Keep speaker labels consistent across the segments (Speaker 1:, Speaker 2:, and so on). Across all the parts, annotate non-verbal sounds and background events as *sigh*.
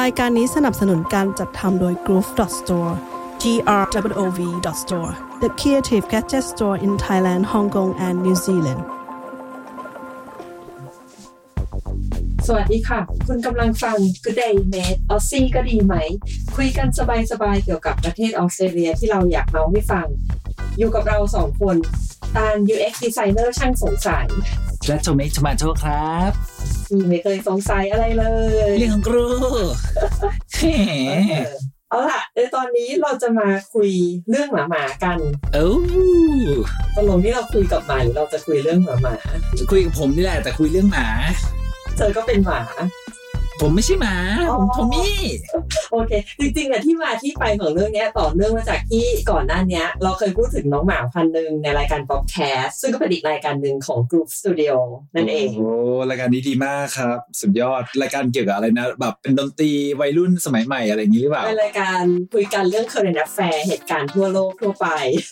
Speaker 1: รายการนี้สนับสนุนการจัดทำโดย Groove Store G R O V Store The Creative Gadget Store in Thailand Hong Kong and New Zealand
Speaker 2: สวัสดีค่ะ คุณกำลังฟัง Good Day Mate ออซซี่ก็ดีไหม คุยกันสบายๆ เกี่ยวกับประเทศออสเตรเลียที่เราอยากเล่าให้ฟัง อยู่กับเราสองคน ตาล UX Designer ช่างสงสัย
Speaker 3: และโทเมกทมาโตครับ
Speaker 2: มีไม่เคยสงสัยอะไรเลย
Speaker 3: เรื่องของครูแห
Speaker 2: เอ
Speaker 3: ม
Speaker 2: อเอาล่ะในตอนนี้เราจะมาคุยเรื่องหมาๆกัน
Speaker 3: เอ้า
Speaker 2: ตกลงที่เราคุยกับหมาหรือเราจะคุยเรื่องหมา
Speaker 3: จะคุยกับผมนี่แหละ แต่คุยเรื่องหมา
Speaker 2: ๆเจอก็เป็นหมา
Speaker 3: ผมไม่ใช่หมา ผมโทมี่
Speaker 2: โอเค จริงๆอะที่มาที่ไปของเรื่องเนี้ยต่อเนื่องมาจากที่ก่อนหน้าเนี้ย เราเคยพูดถึงน้องหมาพันธุ์หนึ่งในรายการ p o p c a s t ซึ่งก็เป็นอีกรายการหนึ่งของ Group Studio นั่นเอง
Speaker 4: โอ้รายการนี้ดีมากครับ สุดยอดรายการเกี่ยวกับอะไรนะ แบบเป็นดนตรีวัยรุ่นสมัยใหม่อะไรอย่างนี้หรือเปล่า
Speaker 2: เป็นรายการคุยกันเรื่อง current affair เหตุการณ์ทั่วโลกทั่วไป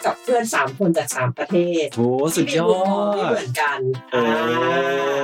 Speaker 2: กับเพื่อน 3 คนจาก 3 ประเทศ
Speaker 4: โอ้สุดยอ
Speaker 2: ที่มีมุมมงที่
Speaker 4: ด
Speaker 2: เหมือนกันอ่า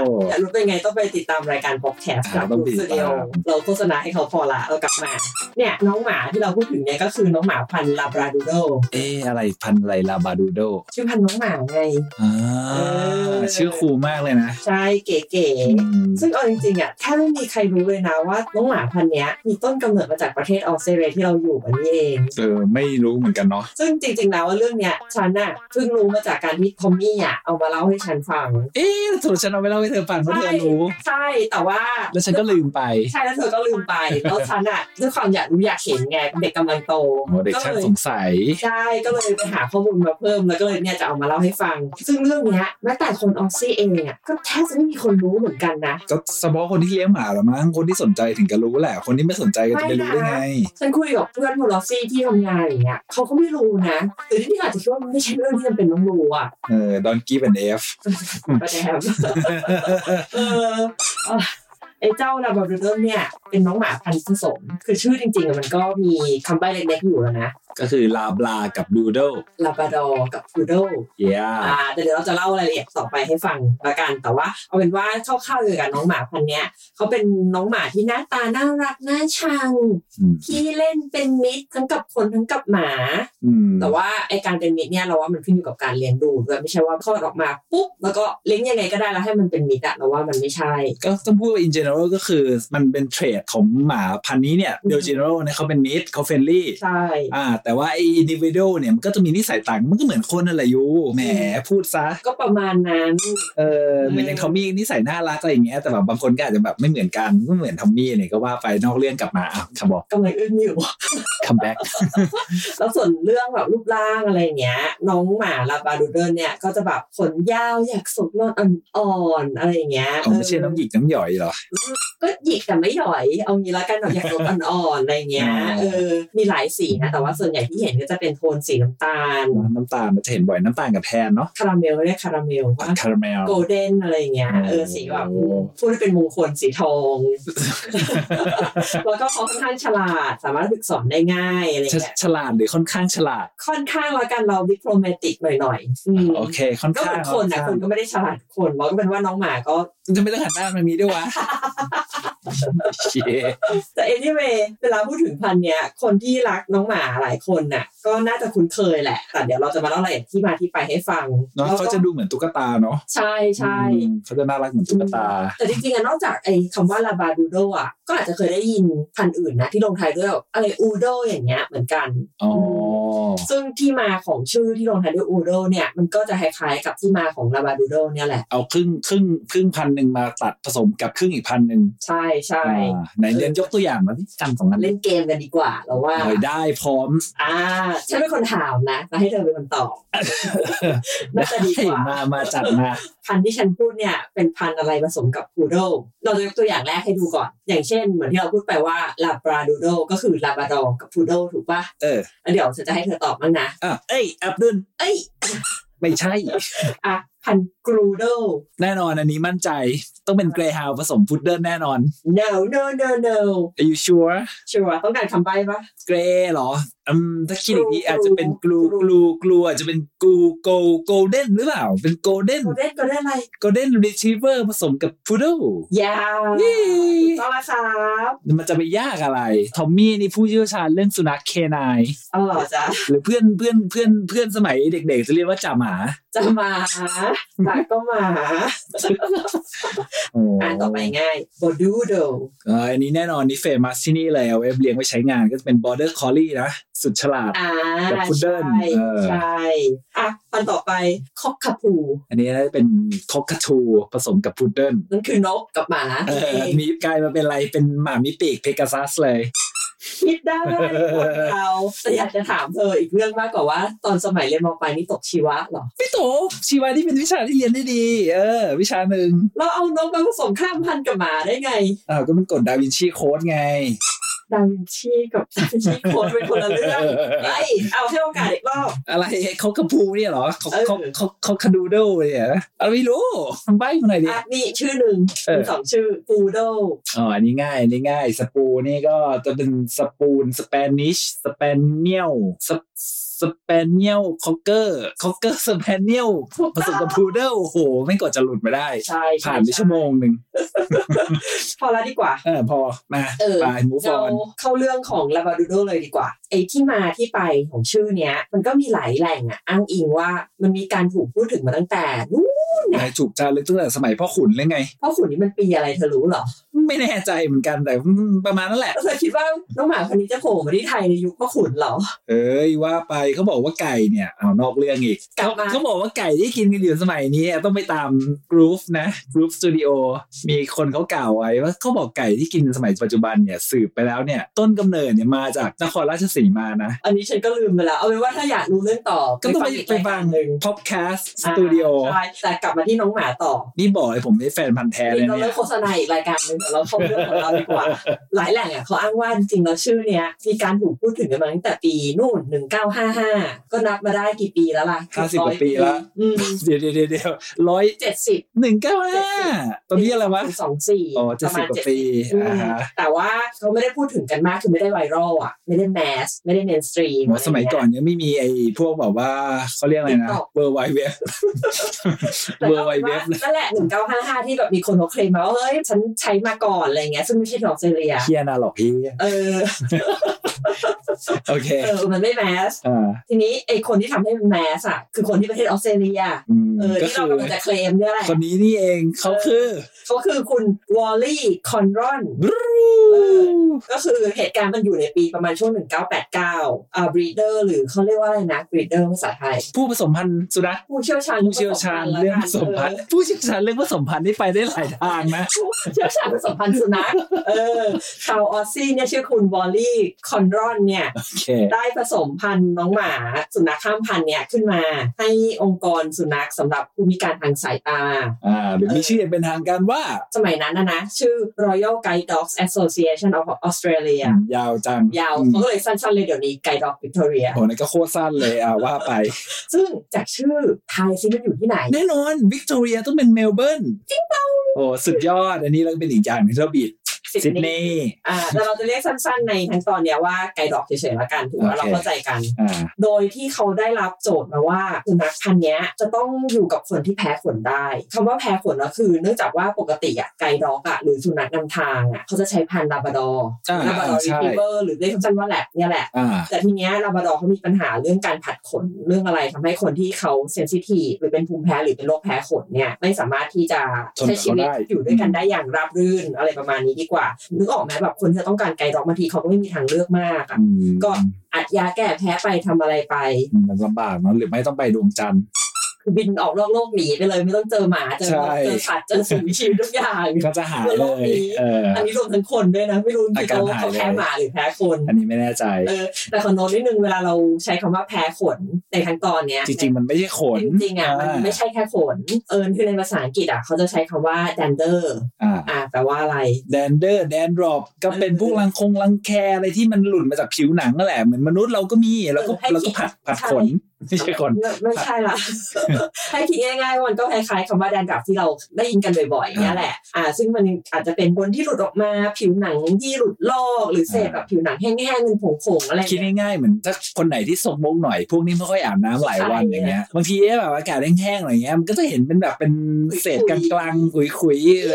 Speaker 4: โอ้
Speaker 2: อยากรู้เป็นไงต้องไปติดตามรายการ p o p c a s t กับ
Speaker 4: ต้อง
Speaker 2: Group
Speaker 4: ติดตาม
Speaker 2: Studio เราโฆษณาให้เขาพอละเรากลับมาเนี่ยน้องหมาที่เราพูดถึงเนี่ยก็คือน้องหมาพันธุ์ลาบราดูโด
Speaker 4: เอ๊ะอะไรพันธุ์อะไรลาบาดูโด
Speaker 2: ชื่อพันธุ์น้องหมาไง
Speaker 4: อ่า
Speaker 2: เออ
Speaker 4: ชื่อคูลมากเลยนะ
Speaker 2: ใช่เก๋
Speaker 4: อืม
Speaker 2: ๆ ซึ่งเอาจริงๆอ่ะแทบไม่มีใครรู้เลยนะว่าน้องหมาพันธุ์เนี้ยมีต้นกำเนิดมาจากประเทศออสเตรเลียที่เราอยู่อันนี้เอง
Speaker 4: เออไม่รู้เหมือนกันเนาะ
Speaker 2: ซึ่งจริงๆแล้วว่าเรื่องเนี้ยฉันน่ะเพิ่งรู้มาจากการที่ทอมมี่อ่ะเอามาเล่าให้ฉันฟัง
Speaker 4: เอ๊ะถูกฉันเอาไปเล่าให้เธอฟังเพราะเธอรู้
Speaker 2: ใช่แต่ว่า
Speaker 4: แล้วฉันก็ลืมไป
Speaker 2: ใช่แล้วเธอก็ลืมไป แล้วฉันอ่ะด้วยความอยากรู้อยากเห็นไงเป็นเด็กกำลังโต
Speaker 4: โอ้เด็กช่าง
Speaker 2: เลย
Speaker 4: สงสัย
Speaker 2: ใช่ก็เลยไปหาข้อมูลมาเพิ่มแล้วก็เลยเนี่ยจะเอามาเล่าให้ฟัง ซึ่งเรื่องเนี้ยแม้แต่คนออสซี่เองเนี่ยก็แทบจะไม่มีคนรู้เหมือนกันนะ
Speaker 4: ก็เฉพาะคนที่เลี้ยงหมาเหรอมั้งคนที่สนใจถึงจะรู้แหละ คนที่ไม่สนใจก็จะไม่รู้ได้ไง
Speaker 2: ฉันคุยกับเพื่อนโพลอซี่ที่ทำงานอย่างเงี้ยเขาก็ไม่รู้นะหรือที่นี่อาจจะคิดว่ามันไม่ใช่เรื่องที่จำเป็นต้องรู้อ่ะ
Speaker 4: เออดอนกี้เป็นเอฟ
Speaker 2: ก็ได้ครับ *laughs* เออเอาล่ะไอ้เจ้าลาบราดอร์เนี่ยเป็นน้องหมาพันธุ์ผสม คือชื่อจริงๆอะมันก็มีคำใบ้เล็กๆอยู่แล้วนะ
Speaker 4: *laughs* ก็คือลาบลากับดูโด
Speaker 2: ลาบราดอร์กับพูโด
Speaker 4: เย้
Speaker 2: อ่าแต่เดี๋ยวเราจะเล่ารายละเอียดต่อไปให้ฟังละกัน แต่ว่าเอาเป็นว่าคร่าวๆเกี่ยวกับน้องหมาพันธุ์เนี้ยเขาเป็นน้องหมาที่หน้าตาน่ารักน่าชัง
Speaker 4: อืม
Speaker 2: ที่เล่นเป็นมิตรทั้งกับคนทั้งกับหมา
Speaker 4: อืม
Speaker 2: แต่ว่าไอการเป็นมิตรเนี่ยเราว่ามันขึ้นอยู่กับการเลี้ยงดูด้วยไม่ใช่ว่าคลอดออกมาปุ๊บแล้วก็เลี้ยงยังไงก็ได้แล้วให้มันเป็นมิตรอะเราว่ามันไม่ใช่
Speaker 4: ก็ต้องพูดว่า in general ก็คือมันเป็นเทรดของหมาพันธุ์นี้เนี่ย
Speaker 2: อืม
Speaker 4: โดย general เนี่ยเขาเป็นมิตรเขาเฟรนลี่
Speaker 2: ใช่
Speaker 4: อ่า แต่ว่าไอ้ individual เนี่ยมันก็จะมีนิสัยต่าง มันก็เหมือนคนนั่นแหละอยูแหมพูดซะ
Speaker 2: ก็ประมาณนั้น
Speaker 4: เออ
Speaker 2: อืม
Speaker 4: เหมือนอย่างทอมมี่นิสัยน่ารักอะไรอย่างเงี้ยแต่แบบบางคนก็อาจจะแบบไม่เหมือนกันก็เหมือนทอมมี่เนี่ยก็ว่าไปนอกเรื่องกลับมาอ่ะคำบอก
Speaker 2: กำลังอึ้งอยู่
Speaker 4: come back
Speaker 2: แล้วส่วนเรื่องแบบรูปร่างอะไรอย่างเงี้ย น้องหมาลาบราดูเดินเนี่ยก็จะแบบขนยาวอยากสุกนวดอ่อนๆอะไรอย่างเงี้ย
Speaker 4: ผมไม่ใช่น้องหยิกน้องหย่อยเหรอ
Speaker 2: ก็หยิกแต่ไม่หย่อย เอางี้ละกันแบบอยากสุกอ่อนๆอะไรอย่างเงี้
Speaker 4: *laughs*
Speaker 2: ย
Speaker 4: อ่า
Speaker 2: เออมีหลายสีนะ แต่ว่าส่วนใหญ่ที่เห็นก็จะเป็นโทนสีน้ำตาล
Speaker 4: น้ำตาลมันจะเห็นบ่อยน้ำตาลกับแทนเนาะ
Speaker 2: คาราเมลเรียกคาราเมลว่า
Speaker 4: คาราเมล
Speaker 2: โกลเด้นอะไรอย่างเงี้ย เออ สีแบบ
Speaker 4: โอ้
Speaker 2: พูดได้เป็นมงคลสีทอง
Speaker 4: *laughs*
Speaker 2: แล้วก็เขาค่อนข้างฉลาด สามารถฝึกสอนได้ง่ายอะไรอย่างเงี้ย
Speaker 4: *laughs* ฉลาดหรือค่อนข้างฉลาด
Speaker 2: ค่อนข้างแล้วกันเราดิโ o แมติกหน่อยๆอืม
Speaker 4: โอเคค่อน
Speaker 2: ก็เห
Speaker 4: ข้า
Speaker 2: มือน
Speaker 4: ง
Speaker 2: คนนะคน
Speaker 4: อ
Speaker 2: ก็ไม่ได้ฉลาดคนเราก็เป็นว่าน้องหมาก็
Speaker 4: ่ะจะไม่ต้องหันหน้ามันมีด้วย
Speaker 2: *laughs*
Speaker 4: วะ เชี่ย
Speaker 2: แต่ anyway เวลาพูดถึงพันธุ์เนี้ย คนที่รักน้องหมาหลายคนน่ะ ก็น่าจะคุ้นเคยแหละ แต่เดี๋ยวเราจะมาเล่ารายละเอียดที่มาที่ไปให้ฟัง
Speaker 4: เนาะ
Speaker 2: แล้วก็
Speaker 4: เขาจะดูเหมือนตุ๊กตาเนาะ
Speaker 2: ใช่ใช่
Speaker 4: อืมเขาจะน่ารักเหมือนตุ๊กตา
Speaker 2: แต่จริงๆอะนอกจากไอ้คำว่าลาบาดูโดอ่ะก็อาจจะเคยได้ยินพันธุ์อื่นนะที่ลงท้ายด้วยแบบอะไรอูโดอย่างเงี้ยเหมือนกัน
Speaker 4: อ๋อ
Speaker 2: ซึ่งที่มาของชื่อที่ลงท้ายด้วยอูโดเนี่ยมันก็จะคล้ายๆกับที่มาของลาบาดูโดเนี่ยแหละ
Speaker 4: เอาครึ่งครึ่งครึ่งพันหนึ่งมาตัดผสมกับครึ่งอีกพันหนึ่ง
Speaker 2: ใช่ใช่
Speaker 4: อ่าไหนเรียนยกตัวอย่างมาที่จำสองนั้น
Speaker 2: เล่นเกมกันดีกว่าเราว่า
Speaker 4: หน่อยได้พร้อม
Speaker 2: อ่าฉันเป็นคนถามนะแล้วให้เธอเป็นคนต
Speaker 4: *laughs*
Speaker 2: อบ น่าจะดีกว่า
Speaker 4: ได้มามาจัดมา
Speaker 2: พันธุ์ที่ฉันพูดเนี่ยเป็นพันธุ์อะไรผสมกับอูโดเราจะยกตัวอย่างแรกให้ดูก่อน อย่างเช่น เหมือนที่เราพูดไปว่าลาบราดูโดก็คือลาบาดอกับพูโดถูกปะ
Speaker 4: เออ
Speaker 2: แล้วเดี๋ยวฉันจะให้เธอตอบมั้างนะ
Speaker 4: อ่ะเอ้ยอับดุล
Speaker 2: เอ้ย
Speaker 4: ไม่ใช่
Speaker 2: อ่ะ พันธุ์กรูโด
Speaker 4: แน่นอนอันนี้มั่นใจต้องเป็นเกรฮาวผสมพุดเดิ้ลแน่นอน
Speaker 2: no no no no
Speaker 4: Are you sure
Speaker 2: ชัวร์ต้องการคำใบ้ปะ
Speaker 4: เกรเหรออืมถ้าคิดอีกที
Speaker 2: กรู
Speaker 4: อาจจะเป็นกลูกลูกลูอาจจะเป็นกูโกโกลเด้นหรือเปล่า เป็นโกลเด้น
Speaker 2: โกลเด้นโกลเด้นอะไร
Speaker 4: โกลเด้นรีทรีเวอร์ผสมกับพุดเดิ้ล
Speaker 2: ยาว
Speaker 4: เย้
Speaker 2: ต้องละครับ
Speaker 4: มันจะไปยากอะไร ทอมมี่นี่ผู้เชี่ยวชาญเรื่องสุนัขเคนาย
Speaker 2: เออจ้ะ
Speaker 4: หรือเพื่อนเพื่อนเพื่อนเพื่อนสมัยเด็กๆ จะเรียกว่าจ่าหมา
Speaker 2: จะมาตาก็มา
Speaker 4: โอ้
Speaker 2: อ่านต่อไปง่ายโบดูโด
Speaker 4: เอออันนี้แน่นอนนี่เฟมัสที่นี่เลยเอาเอฟเลี้ยงไว้ใช้งานก็จะเป็นบอร์เดอร์คอ i ี่นะ สุดฉลาด
Speaker 2: อ่า
Speaker 4: แบบพุดเดิ้ล
Speaker 2: ใช่
Speaker 4: เออ
Speaker 2: ใช่อ่ะอันต่อไปคอกคาพู
Speaker 4: อันนี้น่าจะเป็นคอกกระทูผสมกับพุดเดิ้ล
Speaker 2: นั่นคือนกกับหมา
Speaker 4: เออมีกลายมาเป็นอะไรเป็นหมามิปีกเพกาซัสเลย
Speaker 2: คิดได้คนเราแต่อยากจะถามเธออีกเรื่องมากกว่าว่า ตอนสมัยเรียนมปลายนี่ตกชีวะเหรอ
Speaker 4: พี่โตชีวานี่เป็นวิชาที่เรียนได้ดี เออ วิชาหนึ่ง
Speaker 2: เราเอานกไปผสมข้ามพันธุ์กับหมาได้ไง
Speaker 4: อ้าวก็มันกดดาวินชีโค้ดไง
Speaker 2: ดาวินชีกับดาวินชีโค้ดเป็นคนละเรื่องไอ้ยเอาให้โอกาสอีกรอบ
Speaker 4: อะไรเขากระพูเนี่ยเหรอเขา
Speaker 2: เออ
Speaker 4: เขาเขาเขาคาดูโดเนี่ยเหรออะไรไม่รู้ใบ้มาหน่อยดิ
Speaker 2: อ่ะนี่ชื่อหนึ่ง
Speaker 4: เออ
Speaker 2: มีสองชื่อปูโด
Speaker 4: อ๋ออันนี้ง่ายอันนี้ง่ายสปูนี่ก็จะเป็นสปูนสเปนิชสเปนเนียลสสเปนเนียลคอกเกอร์คอกเกอร์สเปนเนียลผสมกับพูเดิลโอ้โห ไม่กดจะหลุดมาได้
Speaker 2: ใช่ใช่
Speaker 4: ผ่านไปชั่วโมงหนึ่ง
Speaker 2: พอแล้วดีกว่า
Speaker 4: เออพอมา
Speaker 2: เออ
Speaker 4: ไปมูฟ
Speaker 2: เรา
Speaker 4: อน
Speaker 2: เข้าเรื่องของลาบาดูโดเลยดีกว่าไอ้ที่มาที่ไปของชื่อเนี้ย มันก็มีหลายแหล่งอ่ะ อ้างอิงว่ามันมีการถูกพูดถึงมาตั้งแต่นู้น
Speaker 4: นายถูกจารึกตั้งแต่สมัยพ่อขุนเลยไง
Speaker 2: พ่อขุนนี่มันปีอะไรเธอรู้เหรอ
Speaker 4: ไม่แน่ใจเหมือนกันแต่ประมาณนั้นแหละ
Speaker 2: แล้วเธอคิดว่าน้องหมาคนนี้จะโผล่มาที่ไทยในยุคพ่อขุนเหรอ
Speaker 4: เอ้ยว่าไปเขาบอกว่าไก่เนี่ย เอานอกเรื่องอีก
Speaker 2: กลับมา
Speaker 4: เขาบอกว่าไก่ที่กินกันอยู่สมัยนี้ต้องไปตามกรูฟนะกรูฟสตูดิโอมีคนเขากล่าวไว้ว่าเขาบอกไก่ที่กินสมัยปัจจุบันเนี่ยสืบไปแล้วเนี่ย ต้นกำเนิดเนี่ยมาจากนครราชสีมานะ
Speaker 2: อันนี้ฉันก็ลืมไปแล้วเอาเป็นว่าถ้าอยากรู้เรื่องต่อ
Speaker 4: ก็ต้องไปไปฟัง
Speaker 2: หนึ่ง
Speaker 4: พ็อปแคสสตูดิโอ
Speaker 2: ใช่แต่กลับมาที่น้องหมาต่อ
Speaker 4: นี่บอกเลยผมได้แฟนพันธ์แท้เลย
Speaker 2: นี่เรา
Speaker 4: เนี่
Speaker 2: เลิ
Speaker 4: ย
Speaker 2: กโฆษณาอีกรายการหนึงแต่เราเข้าเรื่องของเราดีกว่า หลายแหล่งอ่ะเขาอ้างว่าจริงๆแล้วชื่อเนี้ยมีการถูกพูดถึงกันมาตั้งแต่ปีนู่น 1955 ก็นับมาได้กี่ปีแล้วล่ะ
Speaker 4: ห้าสิบกว่าปีละ
Speaker 2: อืม
Speaker 4: เดี๋ยวเดี๋ยวเดี๋ยวเดี๋ยวร้อย
Speaker 2: เจ็ดสิบ
Speaker 4: หนึ่งเก้าห้าตอนนี้อะไรวะ
Speaker 2: สองสี่
Speaker 4: อ๋อ70
Speaker 2: ประมณ
Speaker 4: กว่าปี
Speaker 2: อืม
Speaker 4: อ่าฮะ
Speaker 2: แต่ว่าเขาไม่ได้พูดถึงกันมากคือไม่ได้ไวรัลอ่ะ ไม่ได้แมส ไม่ได้เมนสตรีม
Speaker 4: หมอสมัยก่อนยังไม่มีไอ้พวกแบบว่าเขาเรียกอะไรนะ
Speaker 2: TikTok
Speaker 4: เบอร์ไวเว็บ
Speaker 2: แต่
Speaker 4: เบอ
Speaker 2: ก็
Speaker 4: ร์ไว
Speaker 2: ป็น
Speaker 4: เว็บนะ
Speaker 2: นั่นแหละ 1955 ที่แบบมีคนเขาเคลมมาว่าเฮ้ยฉันใช้มาก่อนอะไรเงี้ยซึ่งไม่ใช่ของเซเรีย
Speaker 4: เฮียนาหรอกพี่
Speaker 2: เออ
Speaker 4: โอเค
Speaker 2: เออมันไม่แมส
Speaker 4: อ่า
Speaker 2: ทีนี้ไอคนที่ทำให้มันแมสอะคือคนที่ประเทศออสเตรเลีย
Speaker 4: อืม
Speaker 2: เออ
Speaker 4: ก็
Speaker 2: ที่
Speaker 4: คือก
Speaker 2: เราำลังจะเคลมเนี่ยแหละ
Speaker 4: คนนี้นี่เองเขาคือ
Speaker 2: เขาคือคุณวอลลี่คอนรอน
Speaker 4: บรู
Speaker 2: เออ ก็คือเหตุการณ์มันอยู่ในปีประมาณช่วง 1989อ่าบรีเดอร์หรือเขาเรียกว่าอะไรนะบรีเดอร์ภาษาไทย
Speaker 4: ผู้ผสมพันธุ์สุนัข
Speaker 2: ผู้เชี่ยวชาญ
Speaker 4: ผู้เชี่ยวชาญเรื่องผสมพันธุ์ผู้เชี่ยวชาญเรื่องผสมพันธุ์นี่ไปได้หลายทางนะ
Speaker 2: เออผู้เชี่ยวชาญผสมพันธุ์สุนัขเออชาวออสซี่เนี่ยชื่อคุณวอลลี่คอนรอนเนี่ย
Speaker 4: โอเค
Speaker 2: ได้ผสมพันธุ์น้องหมา สุนัขข้ามพันธุ์เนี่ยขึ้นมา ให้องค์กรสุนัขสำหรับผู้มีการทางสายตา
Speaker 4: อ่าหรือมีชื่ออย่างเป็นทางการว่า
Speaker 2: สมัยนั้นนะนะ ชื่อ Royal Guide Dogs Association of Australia
Speaker 4: ยาวจัง
Speaker 2: ยาว
Speaker 4: อืม
Speaker 2: เขาก็เลยสั้นๆเลยเดี๋ยวนี้ Guide Dog Victoria
Speaker 4: โหนั่นก็โคตรสั้นเลยอ่าว่าไป
Speaker 2: ซึ่งจากชื่อทายซิมันอยู่ที่ไหน
Speaker 4: แน่นอนวิกตอเรียต้องเป็นเมลเบิร์นจริงเปล่าโอ้สุดยอดอันนี้แล้วก็เป็นอีกอย่างหนึงที่เราบิด
Speaker 2: Sydney
Speaker 4: ซิดนีย์
Speaker 2: อ่าแต่เราจะเรียกสั้นๆในทั้งตอนเนี้ยว่า Guide Dog เฉยๆละกันถือว่า
Speaker 4: โอเค
Speaker 2: เราเข้าใจกัน
Speaker 4: อ่า
Speaker 2: โดยที่เขาได้รับโจทย์มาว่าสุนัขพันธุ์เนี้ยจะต้องอยู่กับคนที่แพ้ขนได้คำว่าแพ้ขนก็คือ เนื่องจากว่าปกติอะไกด์ด็อกอะหรือสุนัขนำทางอะเขาจะใช้พันธุ์ลาบราดอร์
Speaker 4: อ่า
Speaker 2: ลาบราดอร์
Speaker 4: ใช่
Speaker 2: รีทรีเวอร์หรือเรียกสั้นๆว่าแลบเนี่ยแหละ
Speaker 4: อ่า
Speaker 2: แต่ทีเนี้ยลาบราดอร์เขามีปัญหาเรื่องการผัดขนเรื่องอะไรทำให้คนที่เขาเซนซิทีฟหรือเป็นภูมิแพ้หรือเป็นโรคแพ้ขนเนี่ยไม่สามารถที่จะ
Speaker 4: ทนกับ
Speaker 2: ใช้ชีวิต
Speaker 4: เขาได้
Speaker 2: อยู่ด้วยกันได้อย่างราบรื่นอะไรประมาณนี้ดีกว่านึกออกไหมแบบคนที่ต้องการไกด์ด็อกบางทีเขาก็ไม่มีทางเลือกมากอะ
Speaker 4: อืม
Speaker 2: ก็ อัดยาแก้แพ้ไปทำอะไรไป
Speaker 4: มันลำบากเนอะหรือไม่ต้องไปดวงจันทร์
Speaker 2: คือบินออกนอกโลกหนีไปเลยไม่ต้องเจอหมาเจอ
Speaker 4: ใช่
Speaker 2: นกเจอสัตว์เจอสิ่งมีชีวิตทุกอย่าง
Speaker 4: ก็จะหายเลย เออ
Speaker 2: อันนี้รวมทั้งคนด้วยนะ ไม่รู้จริงๆเขา
Speaker 4: อา
Speaker 2: เขา
Speaker 4: การหายเลย
Speaker 2: แพ้หมาหรือแพ้คน
Speaker 4: อันนี้ไม่แน่ใจ
Speaker 2: เออแต่ขอโน้ตนิดนึงเวลาเราใช้คำว่าแพ้ขนในทั้งตอนเนี้ย
Speaker 4: จริง ๆ มันไม่ใช่ขน
Speaker 2: จริงๆอ่ะมันไม่ใช่แค่ขนเออคือในภาษาอังกฤษอ่ะเขาจะใช้คำว่า dander
Speaker 4: อ่า
Speaker 2: อ่ะแปลว่าอะไร
Speaker 4: แดนเดอร์แดนดรอปก็เป็นพวกรังคงรังแคอะไรที่มันหลุดมาจากผิวหนังนั่นแหละเหมือนมนุษย์เราก็มีเราก็
Speaker 2: เออให้
Speaker 4: เราก็
Speaker 2: คิด
Speaker 4: ผัดผัดขน ไม่ใช่คน
Speaker 2: ไม่ไม่ใช่
Speaker 4: *laughs*
Speaker 2: ละ ให้คิดง่ายๆว่ามันก็คล้ายๆคำว่าแดนดับที่เราได้ยินกันบ่อยๆเนี่ยแหละ อ่า ซึ่งมันอาจจะเป็นบนที่หลุดออกมาผิวหนังที่หลุดลอกหรือเศษแบบผิวหนังแห้งๆเป็นผงๆอะไร
Speaker 4: คิด
Speaker 2: เงี้ย
Speaker 4: ง่ายๆเหมือนถ้าคนไหนที่ทรงมงหน่อย พวกนี้ไม่ค่อยอาบน้ำหลายวัน
Speaker 2: ใช่
Speaker 4: อย่างเงี้ยบางทีเอ๊ะแบบอากาศแห้งๆอะไรเงี้ยมันก็จะเห็นเป็นแบบเป็นเศษกลางๆขุยๆเอ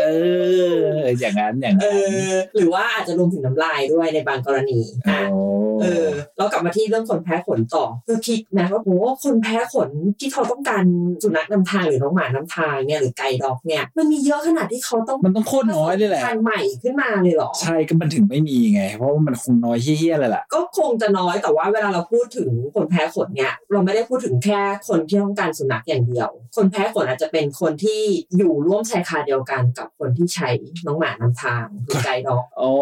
Speaker 4: ออย่างนั้นอย่าง
Speaker 2: เอ
Speaker 4: นั้น
Speaker 2: อ หรือว่าอาจจะรวมถึงน้ำลายด้วยในบางกรณีอ่ะ
Speaker 4: โอ้
Speaker 2: เออเรากลับมาที่เรื่องคนแพ้ขนต่อคือคิดนะว่าโหคนแพ้ขนที่เขาต้องการสุนัขนำทางหรือน้องหมานำทางเนี่ยหรือไก่ด็อกเนี่ยมันมีเยอะขนาดที่เขาต้อง
Speaker 4: มันต้องโคตรน้อยเลยแหละ
Speaker 2: ทางใหม่ขึ้นมาเลยเหรอ
Speaker 4: ใช่ก็มันถึงไม่มีไง เพราะว่ามันคงน้อยเฮี้ยๆเลยล่ะ
Speaker 2: ก็คงจะน้อยแต่ว่าเวลาเราพูดถึงคนแพ้ขนเนี่ย เราไม่ได้พูดถึงแค่คนที่ต้องการสุนัขอย่างเดียว คนแพ้ขนอาจจะเป็นคนที่อยู่ร่วมชายคาเดียวกันกับคนที่ใช้น้องหมานำทางหรือไก่ด็อก
Speaker 4: อ๋อ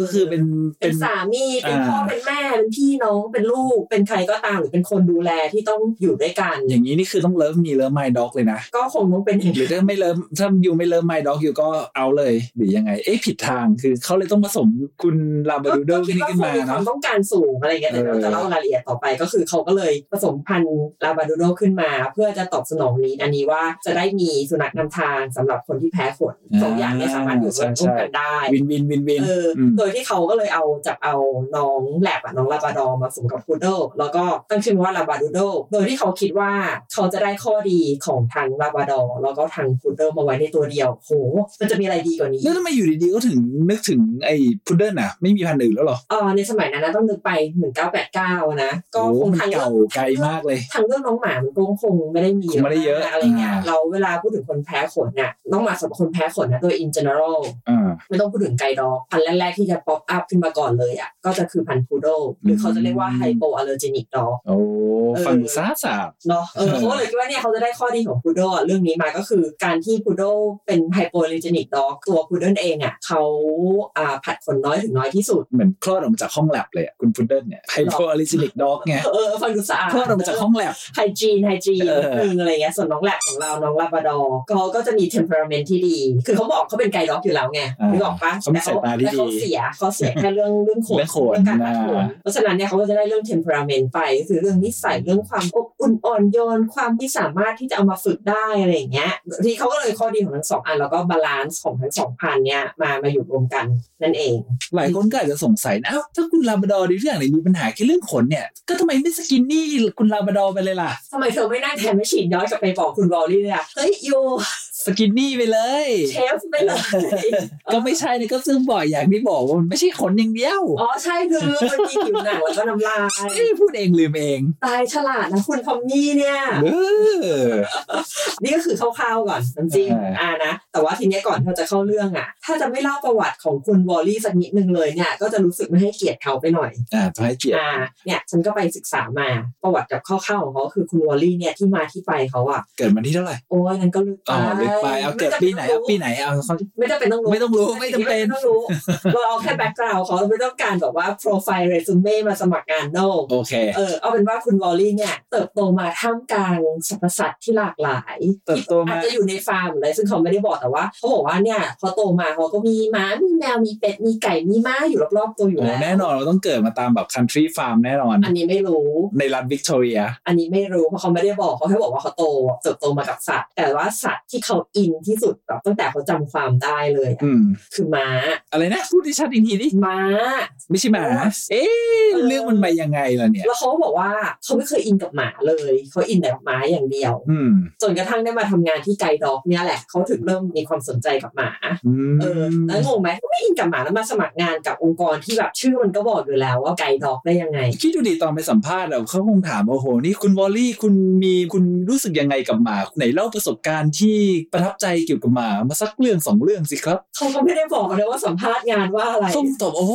Speaker 4: ก็คือเป็น
Speaker 2: เป็
Speaker 4: เป็น น
Speaker 2: สามี เป็นพ่อ
Speaker 4: อ่า
Speaker 2: เป็นแม่ เป็นพี่น้อง เป็นลูก เป็นใครก็ตามหรือเป็นคนดูแลที่ต้องอยู่ด้วยกัน
Speaker 4: อย่างนี้นี่คือต้องเลิฟมีเลิฟไมด็อกเลยนะ
Speaker 2: ก็คงต้องเป็นอย่าง
Speaker 4: หรื
Speaker 2: นี้
Speaker 4: อถ้าไม่เลิฟถ้าอยู่ไม่เลิฟไมด็อกอยู่ก็เอาเลย หรือยังไง เอ๊ะผิดทาง คือเขาเลยต้องผสมคุณลาบาดูเดล
Speaker 2: ก็คิด
Speaker 4: นี่
Speaker 2: ว่า
Speaker 4: ขึ้
Speaker 2: คง
Speaker 4: นมา
Speaker 2: มีความ
Speaker 4: เนาะ
Speaker 2: ต้องการสูงอะไรเงี้ยเดี๋ยวเรา
Speaker 4: เออ
Speaker 2: จะเล่ารายละเอียดต่อไปก็คือเขาก็เลยผสมพันธุ์ลาบราดูโดขึ้นมา เพื่อจะตอบสนองนี้ อันนี้ว่าจะได้มีสุนัขนำทางสำหรับคนที่แพ้ขนสองอย่างเนี้สามารถอยู่ร่วมกันได้
Speaker 4: วินวินวินวิน
Speaker 2: เอออ
Speaker 4: ม
Speaker 2: โดยที่เขาก็เลยเอาจับเอาน้องแลบอะน้องลาบราดอร์มาผสมกับพูดเดิลแล้วก็ตั้งชื่อว่าลาบราดูโดโดยที่เขาคิดว่าเขาจะได้ข้อดีของทางลาบราดอร์แล้วก็ทางพูดเดิลมาไว้ในตัวเดียวโหมันจะมีอะไรดีกว่านี้
Speaker 4: แล้วทำไมอยู่ดีๆก็ถึงนึกถึงไอ้พุดเดิ้ลอ่ะ ไม่มีพันธุ์อื่นแล้วเหรอ
Speaker 2: เออในสมัยนั้นนะต้องนึกไป 1989 นะ ก็
Speaker 4: โอ้
Speaker 2: คง
Speaker 4: มัน
Speaker 2: ทางเลือ
Speaker 4: เก่าก ไกลมากเลย
Speaker 2: ทางเรื่องน้องหมามันก็คงไม่ได้มี
Speaker 4: คงไม่ได้เยอะ
Speaker 2: อะไรเงี้ย
Speaker 4: อ่า
Speaker 2: เราเวลาพูดถึงคนแพ้ขนน่ะน้องหมาสำหรับคนแพ้ขนนะโดย in general
Speaker 4: อ่า
Speaker 2: ไม่ต้องพูดถึงไกด์ดอกพันธุ์แรกๆที่จะป๊อปอัพขึ้นมาก่อนเลยอ่ะก็จะคือพันธุ์พูโดหรือเขาจะเรียกว่าไฮโปอ l ลเลอร์เจนิกดอก
Speaker 4: โอ้ฟัง
Speaker 2: เออ
Speaker 4: ซาสาบ
Speaker 2: เนาะเออเขาก็เลยคิดว่าเนี่ยเขาจะได้ข้อดีของพูโดเรื่องนี้มาก็คือการที่พูโดเป็นไฮโปอ l ลเลอร์เจนิกดอกตัวพูโดเองอ่ะเขาอ่าผัดขนน้อยถึงน้อยที่สุด
Speaker 4: เหมือนคลอดออกมาจากห้องแลบเลยอะคุณพุดเดิ้ลเนี่ยไฮโ o อ l ลิซิลิกด็อกไง
Speaker 2: เออฟังดูสะอาด
Speaker 4: คลอดออกมาจากห้องแลบ
Speaker 2: ไฮจีนไฮจีน
Speaker 4: เออ
Speaker 2: นึงอะไรเงี้ยส่วนน้องแหลกของเราน้องลาบราดอร์เขาก็จะมีเทมเพอร์เมนที่ดี คือเขาบอกเขาเป็นไกด์ด็อกอยู่แล้วไงนึกออกปะ
Speaker 4: เขามีสายตาที่
Speaker 2: แต่
Speaker 4: ดี
Speaker 2: เขาเสียเขา
Speaker 4: *laughs*
Speaker 2: เสียแค่เรื่องเรื่องโขน
Speaker 4: เรื่องโขน
Speaker 2: เรื่องการตัดโขน
Speaker 4: อ่า
Speaker 2: เพราะฉะนั้นเนี่ยเขาก็จะได้เรื่องเทมเพอร์เมนไปก็คือเรื่องนิสัยเรื่องความอบอุ่นอ่อนโยนความที่สามารถที่จะเอามาฝึกได้อะไรอย่างเงี้ยทีเขาก็เลยข้อดีของทั้งสองอันแล้วก็บาลานซ์ของทั้งสองพันเนี่ยมามาอยู่รวมกันนั่นเอง
Speaker 4: หลายคนก็อาจจะสงสัยนะเอ้าถ้าคุณลาบราดอร์ดีทุกอย่างเนี่ยมีปัญหาแค่เรื่องขนเนี่ย ก็ทำไมไม่สกินนี่คุณลาบราดอร์ไปเลยล่ะ
Speaker 2: ทำไมเธอไม่นั่งแทนไม่ฉีดย้อนกลับไปบอกคุณวอลลี่เลยอะเฮ้ยอยู
Speaker 4: สกินนี่ไปเลย
Speaker 2: เชฟไปเลย
Speaker 4: ก็ไม่ใช่นะก็ซึ่งบ่อยอย่างที่บอกว่ามันไม่ใช่ขนอย่างเดียว
Speaker 2: อ๋อใช่คือมันมีผิวหนังแล้วก็น้ำลาย
Speaker 4: เอ้ยพูดเองลืมเอง
Speaker 2: ตายฉลาดนะคุณทอมมี่เนี่ย
Speaker 4: เออ
Speaker 2: นี่ก็คือคร่าวๆก่อนจริง
Speaker 4: อ่า
Speaker 2: ๆอ่านะ แต่ว่าทีเนี้ยก่อนที่เราจะเข้าเรื่องอ่ะ ถ้าจะไม่เล่าประวัติของคุณวอลลี่สักนิดนึงเลยเนี่ย ก็จะรู้สึกไม่ให้เกียรติเขาไปหน่อย
Speaker 4: อ่าต้องให้เกียรติ
Speaker 2: อ่าเนี่ยฉันก็ไปศึกษามาประวัติกับคร่าวๆของเขาคือคุณวอลลี่เนี่ยที่มาที่ไปเขาอ่ะ
Speaker 4: เกิดวันที่เท่าไหร่
Speaker 2: โอ้ยนั่นก็ลึกไป
Speaker 4: อ๋อลึกไปเอาเกิดปีไหนเอาปีไหนเอาเขา
Speaker 2: ไม่จำเป็นต้องรู้
Speaker 4: ไม่ต้องรู้ไม่จำเป็น
Speaker 2: ไม่ต้องรู้เราเอาแค่แบ็กกราวด์เขาเราไม่ต้องการแบบว่าโปรไฟล์เรซูเม่มาสมัครงาน no
Speaker 4: โอเค
Speaker 2: เออเอาเป็นว่าคุณวอลลี่เนี่ย เติบโตมาท่ามกลางสรรพสัตว์ที่หลากหลาย
Speaker 4: เติบโตมา
Speaker 2: อาจจะอยู่ในฟาร์มหรืออะไรซึ่งเขาไม่ได้บอกแต่ว่าเขาบอกว่าเนี่ยพอโตมาเขาก็มีม้ามีแมวมีเป็ดมีไก่มีม้าอยู่รอบๆตัวอยู่
Speaker 4: โอ้
Speaker 2: แล้ว
Speaker 4: แน่นอนเราต้องเกิดมาตามแบบ country farm แน่นอน
Speaker 2: อันนี้ไม่รู้
Speaker 4: ในรัฐวิกตอเรีย
Speaker 2: อันนี้ไม่รู้เพราะเขาไม่ได้บอกเขาแค่บอกว่าเขาโตเติบโตมากับสัตว์ แต่ว่าสัตว์ที่เขาอินที่สุดแบบตั้งแต่เขาจำความได้เลยอะ
Speaker 4: อืม
Speaker 2: คือม้า
Speaker 4: อะไรนะ พูดให้ชัดอีกทีดิ
Speaker 2: ม้า
Speaker 4: ไม่ใช่หมา เอ๊ะเรื่องมันไปยังไงล่ะเนี่ย
Speaker 2: แล้วเขาก็บอกว่าเขาไม่เคยอินกับหมาเลยเขาอินแต่กับม้าอย่างเดียว
Speaker 4: อืม
Speaker 2: จนกระทั่งได้มาทำงานที่ไกด์ด็อกเนี่ยแหละเขาถึงเริ่มมีความสนใจกับหมา
Speaker 4: อืม
Speaker 2: เออแล้วงงไหมไม่อินกับหมาแล้วมาสมัครงานกับองค์กรที่แบบชื่อมันก็บอกอยู่แล้วว่าไกด์ด็อกได้ยังไง
Speaker 4: คิดดูดิตอนไปสัมภาษณ์อะเขาคงถามว่าโอ้โห นี่คุณวอลลี่คุณมีคุณรู้สึกยังไงกับหมา ไหนเล่าประสบการณ์ที่ประทับใจเกี่ยวกับหมา มาสักเรื่องสองเรื่องสิครับ
Speaker 2: เขาก็ไม่ได้บอกเลยว่าสัมภาษณ์งานว่าอะไร
Speaker 4: ส้มตอบโอ้โห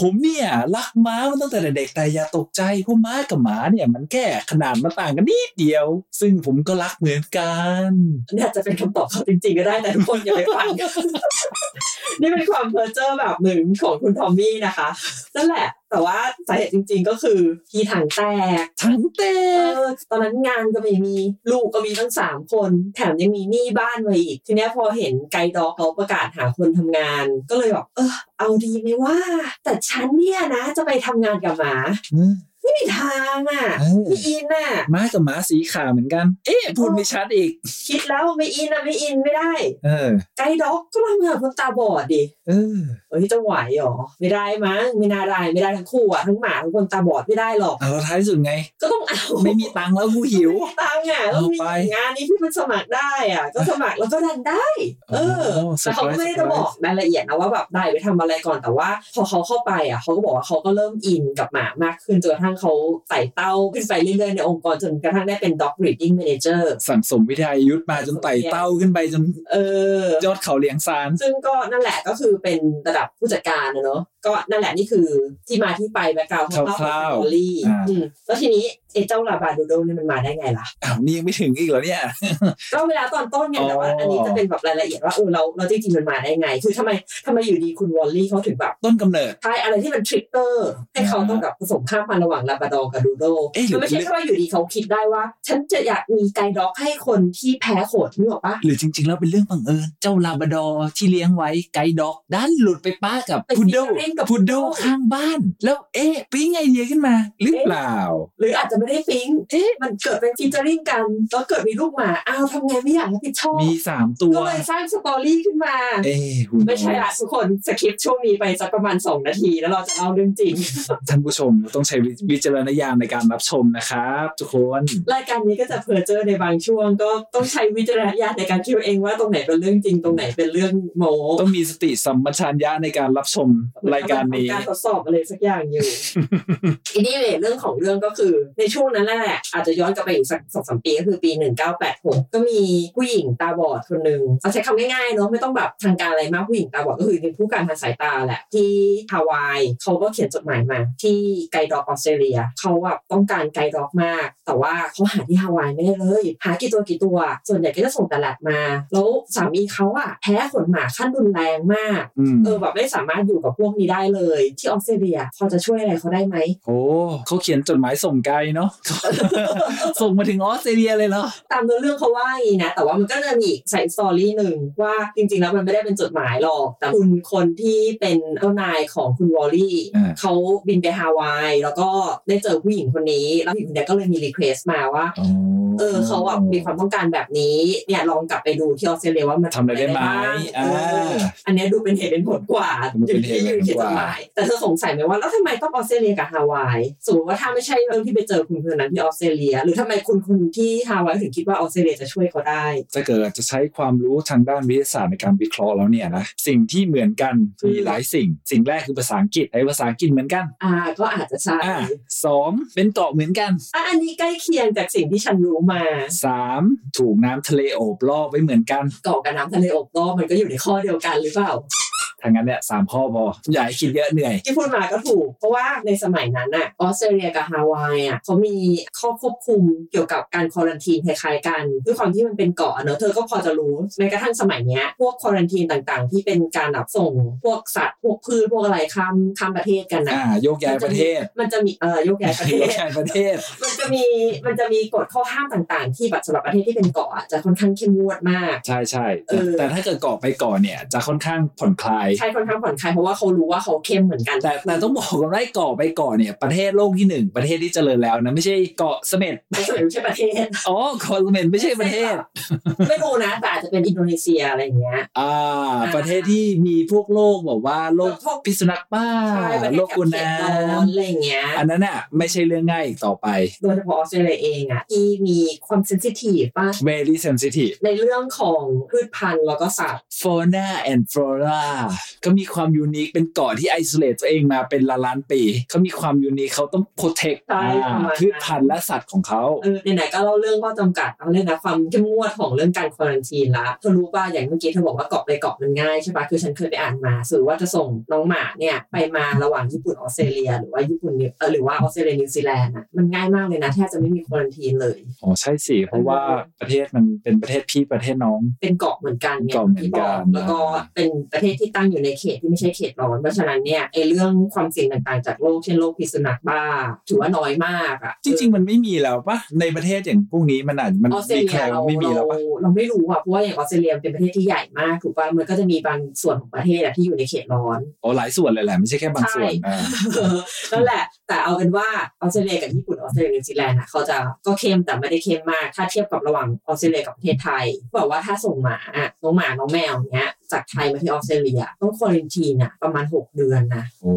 Speaker 4: ผมเนี่ยรักม้ามันตั้งแต่เด็กแต่อย่าตกใจเพราะม้ากับหมาเนี่ย มันแค่ขนาดมันต่างกันนิดเดียว ซึ่งผมก็รักเหมือนกัน
Speaker 2: เนี่ยจะเป็นคำตอบเขาจริงๆก็ได้แต่ทุกคนอย่าไปฟัง *laughs* นี่เป็นความเพอเจอร์แบบหนึ่งของคุณทอมมี่นะคะนั่นแหละ แต่ว่าสาเหตุจริง ๆ ก็คือที่ถังแตก
Speaker 4: ทั้งเต้
Speaker 2: เออตอนนั้นงานก็ไม่มีลูกก็มีทั้งสามคน แถมยังมีหนี้บ้านมาอีก ทีเนี้ยพอเห็นไกด์ดอกเขาประกาศหาคนทำงาน ก็เลยบอกเออเอาดีไหมว่า แต่ฉันเนี่ยนะจะไปทำงานกับหมา ไม่มีทางอ่ะ
Speaker 4: เออ
Speaker 2: ไม่อินอ่ะ
Speaker 4: ม้ากับหมาสีขาวเหมือนกัน เอ๊ะพูดไม่ชัดอีก
Speaker 2: คิดแล้วไม่อินอ่ะไม่อินไม่ได้
Speaker 4: เออ
Speaker 2: ไกด์ด็อกก็ทำงานคนตาบอดดิ
Speaker 4: เออ
Speaker 2: เฮ้ยจะไหวเหรอไม่ได้มั้งไม่น่าได้ไม่ได้ทั้งคู่อ่ะทั้งหมาทั้งคนตาบอดไม่ได้หรอก
Speaker 4: เอาแล้วท้ายที่สุดไง
Speaker 2: ก็ต้องเอา
Speaker 4: ไม่มีตังค์แล้วกูหิว
Speaker 2: ตังค์อ่ะแล้วมี
Speaker 4: เอาไป
Speaker 2: งานนี้ที่มันสมัครได้อ่ะ ก็สมัครแล้วก็ดันได้ เออ
Speaker 4: โ
Speaker 2: แต่เขาก็ไม่ได้จะบอกรายละเอียดนะว่าแบบได้ไปทำอะไรก่อนแต่ว่า พอเขาเข้าไปอ่ะเขาก็บอกว่าเขาก็เริ่มอินกับหมามากขึ้นจนกระทั่งเขาไต่เต้าขึ้นไปเรื่อยๆในองค์กรจนกระทั่งได้เป็น dog breeding manager
Speaker 4: สั่งสมวิทยายุทธมาจนไต่เต้าขึ้นไปจน
Speaker 2: เออ
Speaker 4: ยอดเขาเหลียงซาน
Speaker 2: ซึ่งก็นั่นแหละก็คือเป็นระดับผู้จัดการนะเนอะก็นั่นแหละนี่คือที่มาที่ไปแบ็กกราวด์ของเต้าของแฟมิลี่อืมแล้วทีนี้ไอ้เจ้าลาบาดูโดเนี่ยมันมาได้ไงล่ะ
Speaker 4: อ้าวนี่ยังไม่ถึงอีกเหรอเนี่ย
Speaker 2: ก็เวลาตอนต้นไง
Speaker 4: อ๋อ
Speaker 2: แต่ว่าอันนี้จะเป็นแบบรายละเอียดว่าเออเราเราจริงๆมันมาได้ไง คือทำไมทำไมอยู่ดีคุณวอลลี่เขาถึงแบบ
Speaker 4: ต้นกำเนิด
Speaker 2: ใช้อะไรที่มันทริกเกอร์ให้เขาต้องแบบผสมข้ามพันธุ์ระหว่างลาบราดอร์กับดูโด
Speaker 4: เอ๊ะหรือ
Speaker 2: มันไม่ใช่แค่ว่าอยู่ดีเขาคิดได้ว่า ฉันจะอยากมีไกด์ด็อกให้คนที่แพ้โขดนึกออกปะ
Speaker 4: หรือจริง ๆ แล้วเป็นเรื่องบังเอิญเจ้าลาบราดอร์ที่เลี้ยงไว้ไกด์ด็อกด้านหลุดไปป้ากับพุดเดิลพุดเดิลข้างบ้าน แล้วเอ๊ะปิ๊งไอเดียขึ้นมาหรือเปล่า
Speaker 2: หรืออาจจะไม่ได้ฟิงเอ๊ะมันเกิดเป็นฟีเจอริงกันแล้วเกิดมีลูกหมาอ้าวทำไงไม่อยากรับผิดชอบ
Speaker 4: มีสามตัว
Speaker 2: ก็เลยสร้างสตอรี่ขึ้นมา
Speaker 4: เอ๊ะคุณ
Speaker 2: ไม่ใช่ละทุกคนสคริปต์ช่วงนี้ไปสักประมาณ 2 นาที แล้วเราจะเล่าเรื่องจริง
Speaker 4: ท่านผู้ชมต้องใช้วิจารณญาณในการรับชมนะครับ ทุกคน
Speaker 2: *laughs* รายการนี้ก็จะเพอเจอในบางช่วง ก็ต้องใช้วิจารณญาณในการคิดเองว่าตรงไหนเป็นเรื่องจริงตรงไหนเป็นเรื่องโม
Speaker 4: ต้องมีสติสัมปชัญญะในการรับชมรายการนี้
Speaker 2: เหมือเทำการทดสอบอะไรสักอย่าง
Speaker 4: *laughs*
Speaker 2: อยู่ อันนี้เลยเรื่องของเรื่องก็คือ ในช่วงนั้นแหละอาจจะย้อนกลับไปอีกสักสองสามปีก็คือปี 1986 ก็มีผู้หญิงตาบอดคนหนึ่งเอาใช้คำง่ายๆเนาะไม่ต้องแบบทางการอะไรมากผู้หญิงตาบอดก็คือเป็นผู้การทางสายตาแหละ ที่ฮาวายเขาก็เขียนจดหมายมา ที่ไกด์ด็อกออสเตรเลียเขาแบบต้องการไกด์ด็อกมาก แต่ว่าเขาหาที่ฮาวายไม่ได้เลย หากี่ตัวกี่ตัว ส่วนใหญ่ก็จะส่งแต่แลบมา แล้วสามีเขาอะแพ้ขนหมาขั้นรุนแรงมาก
Speaker 4: อืม
Speaker 2: เออแบบไม่สามารถอยู่กับพวกนี้ได้เลย ที่ออสเตรเลียพอจะช่วยอะไรเขาได้ไหม
Speaker 4: โอ้เขาเขียนจดหมายส่งไกลเนาะ
Speaker 2: *laughs*
Speaker 4: ส่งมาถึงออสเตรเลียเลยเหรอ
Speaker 2: ตามเนื้อเรื่องเขาว่าอย่างนี้นะ แต่ว่ามันก็จะมีอีกใส่สตอรี่หนึ่งว่าจริงๆ แล้วมันไม่ได้เป็นจดหมายหรอก แต่คุณคนที่เป็นเจ้านายของคุณวอลลี่
Speaker 4: อ่า
Speaker 2: เขาบินไปฮาวาย แล้วก็ได้เจอผู้หญิงคนนี้ แล้วผู้หญิงคนเนี้ยก็เลยมีรีเควสต์มาว่าเออเขาอ่ะมีความต้องการแบบนี้เนี่ยลองกลับไปดูที่ออสเตรเลียว่ามัน
Speaker 4: ทำอะไรได้ไหม
Speaker 2: ง
Speaker 4: อ่า
Speaker 2: เอออันเนี้ยดูเป็นเหตุเป็นผลกว่า
Speaker 4: ดูเป็นเหตุเป็
Speaker 2: ที่อ
Speaker 4: นผลกว่า
Speaker 2: ยู่ที่จดหมาย แต่เธอสงสัยไหมว่าแล้วทำไมต้องออสเตรเลียกับฮาวายสมมติว่าถ้าไม่ใช่เรื่องที่ไปเจอคุณคนนั้นที่ออสเตรเลีย หรือทำไมคุณคนที่ฮาวายถึงคิดว่าออสเตรเลียจะช่วยเขาได้
Speaker 4: ถ้าเกิดจะใช้ความรู้ทางด้านวิทยาศาสตร์ในการวิเคราะห์แล้วเนี่ยนะสิ่งที่เหมือนกันมีหลายสิ่ง สิ่งแรกคือภาษาอังกฤษไอ้ภาษาอังกฤษเหมือนกัน
Speaker 2: อ่าก็อาจจะใช่
Speaker 4: อ่าสองเป็นเกาะเหมือนกัน
Speaker 2: อ่ะอันนี้ใกล้เคียงจากสิ่งที่ฉันรู้มา
Speaker 4: สามถูกน้ำทะเลโอบรอบไว้เหมือนกัน
Speaker 2: เกาะกับน้ำทะเลอบรอบมันก็อยู่ในข้อเดียวกันหรือเปล่า
Speaker 4: ทางนั้นเนี่ยสามข้อพออย่าให้คิดเยอะเหนื่อย
Speaker 2: ที่พูดมาก็ถูก เพราะว่าในสมัยนั้นอะออสเตรเลียกับฮาวายอะเขามีข้อควบคุมเกี่ยวกับการควอรันทีนคล้ายๆกันด้วยความที่มันเป็นเกาะเนอะเธอก็พอจะรู้แม้กระทั่งสมัยเนี้ยพวกควอรันทีนต่างๆ ที่เป็นการแบบส่งพวกสัตว์พวกพืชพวกอะไรข้ามข้ามประเทศกันนะ
Speaker 4: อ่า โยกย้ายประเทศ
Speaker 2: มันจะมีเอ่อยกย้ายประเท
Speaker 4: โย
Speaker 2: ศ
Speaker 4: กย้ายประเทศ
Speaker 2: มันจะมีมันจะมีกฎข้อห้ามต่างๆ ที่แบบสำหรับประเทศที่เป็นเกาะอะจะค่อนข้างเข้มงวดมาก
Speaker 4: ใช่ใช่
Speaker 2: เออ
Speaker 4: แต่ถ้าเกิดเกาะไปเกาะเนี่ย จะค่อนข้างผ่อนคลาย
Speaker 2: ใช่ค่อนข้างผ่อนคลายเพราะว่าเขารู้ว่าเขาเข้มเหมือนกัน
Speaker 4: แต่แต่ต้องบอกกันว่าไอ้เกาะไปเกาะเนี่ยประเทศโลกที่หนึ่งประเทศที่เจริญแล้วนะไม่ใช่เกาะเสม็ด
Speaker 2: ไม่ใช่ไม่ใช่ประเทศ
Speaker 4: อ๋อเกาะเสม็ดไม่ใช่ประเทศ *laughs*
Speaker 2: ไม่รู้นะแต่อาจจะเป็นอินโดนีเซียอะไรอย่างเงี้ย
Speaker 4: อ่า ประเทศที่มีพวกโลกบอกว่าโลก
Speaker 2: พวก
Speaker 4: พิษสุนัขบ้า
Speaker 2: ใช่ประเทศ
Speaker 4: โลกกุน
Speaker 2: แถบ
Speaker 4: น้
Speaker 2: เขตร้อนอะไรอย่างเงี้ย
Speaker 4: ำอันนั้นอ่ะไม่ใช่เรื่องง่ายอีกต่อไป
Speaker 2: โดยเฉพาะออสเตรเลียเองอ่ะที่มีความเซนซิทีฟป่ะ
Speaker 4: very sensitive
Speaker 2: ในเรื่องของพืชพันธุ์แล้วก็สัตว์
Speaker 4: fauna and flora ก็มีความยูนิคเป็นเกาะที่ไอ o l เลตตัวเองมาเป็นล้านล้านๆปีเขามีความยูนิคเขาต้อง protect
Speaker 2: ใช่
Speaker 4: อ่า
Speaker 2: ประมาณนั้น
Speaker 4: พืชพันธุ์และสัตว์ของเขา
Speaker 2: เออไหนๆก็เล่าเรื่องข้อจำกัดเอาเรื่องนะความเข้มงวดของเรื่องการควอรันทีนละเธอรู้ป่ะอย่างเมื่อกี้เธอบอกว่าเกาะไปเกาะมันง่ายใช่ป่ะคือฉันเคยไปอ่านมาสื่อว่าจะส่งน้องหมาเนี่ยไปมาระหว่างญี่ปุ่นออสเตรเลีย หรือว่าญี่ปุ่นนิวเออหรือว่าออสเตรเลียนิวซีแลนด์อ่ะมันง่ายมากเลยนะแทบจะไม่มีควอรันทีนเลย
Speaker 4: อ๋อใช่สิเพราะว่าประเทศมันเป็นประเทศพี่ประเทศน้อง
Speaker 2: เป็นเกาะเหมือนกันไง
Speaker 4: เกาะเหมือนกัน
Speaker 2: ที่บแล้วก็เป็นประเทศที่ตั้ง อยู่ในเขตที่ไม่ใช่เขตร้อน เพราะฉะนั้นเนี่ยไอ้เรื่องความเสี่ยงต่างๆ จากโรคเช่นโรคพิษสุนัขบ้า ถือว่าน้อยมากอ่ะ
Speaker 4: จริง ๆ มันไม่มีแล้วปะในประเทศอย่างพวกนี้มันอาจมัน
Speaker 2: ออสเตร
Speaker 4: ดี
Speaker 2: เลี
Speaker 4: แคล
Speaker 2: ย
Speaker 4: ร์
Speaker 2: เรา
Speaker 4: ว่าไม่มีแล้ว
Speaker 2: เรา
Speaker 4: ปะ
Speaker 2: เราไม่รู้อ่ะเพราะว่าอย่างออสเตรเลียเป็นประเทศที่ใหญ่มากถูกป่ะมันก็จะมีบางส่วนของประเทศอะที่อยู่ในเขตร้อน
Speaker 4: อ๋อหลายส่วนเลยแหละไม่ใช่แค่บางส่วน
Speaker 2: ใช่
Speaker 4: อ่า
Speaker 2: *laughs* นั่นแหละ แต่เอาเป็นว่าออสเตรเลียกับญี่ปุ่นออสเตรเลียนิวซีแลนด์อ่ะเขาจะก็เข้มแต่ไม่ได้เข้มมาก ถ้าเทียบกับระหว่างออสเตรเลียกับประเทศไทยบอกว่าถ้าส่งหมาอะน้องหมาน้องแมวเนี้ยจากไทยมาที่ออสเตรเลียต้องควอรันทีนอ่ะประมาณ 6 เดือนนะ
Speaker 4: โอ้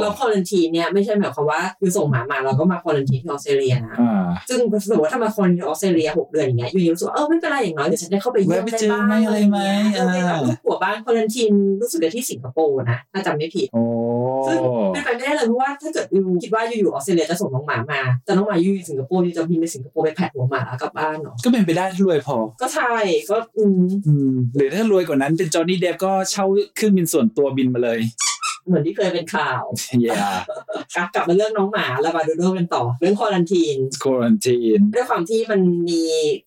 Speaker 2: แล้วควอรันทีนเนี่ยไม่ใช่หมายความว่าคือส่งหมามาเราก็มาควอรันทีนที่ออสเตรเลียนะ
Speaker 4: อ่า
Speaker 2: ซึ่งสมมติว่าถ้ามาควอรันทีนออสเตรเลียหกเดือนอย่างเงี้ยอยู่ดีรู้สึกว่าเออไม่เป็นไรอย่างน้อยเดี๋ยวฉันได้เข้าไปเยี่ยมได้บ้างอะไรอย่างเงี้ยเออไปแบบลูกหัวบ้านควอรันทีนรู้สึกจะที่สิงคโปร์นะถ้าจำไม่ผิด
Speaker 4: โอ้
Speaker 2: ซึ่งเป็นไปไม่ได้เลยเพราะว่าถ้าเกิดยูคิดว่าอยู่ๆออสเตรเลียจะส่งน้องหมามา แต่น้องหมาอยู่อยู่สิงคโปร์ยูจะบินไปสิงคโปร์ไปแผดหัวหมากลับบ้านเนาะ
Speaker 4: ก็เป็นไปได้ถ้ารวยพอ
Speaker 2: ก็ใช่ก็อืม
Speaker 4: อืมหรือถ้ารวยกว่านั้นเป็นจอห์นนี่เดฟก็เช่าเครื่องบินส่วนตัวบินมาเลย
Speaker 2: เหมือนที่เคยเป็นข่าว
Speaker 4: อย่าก *laughs*
Speaker 2: ลับมาเรื่องน้องหมาลาบาดูโดกันต่อ เรื่องควอรันทีน
Speaker 4: ควอรันทีน
Speaker 2: ด้วยความที่มันมี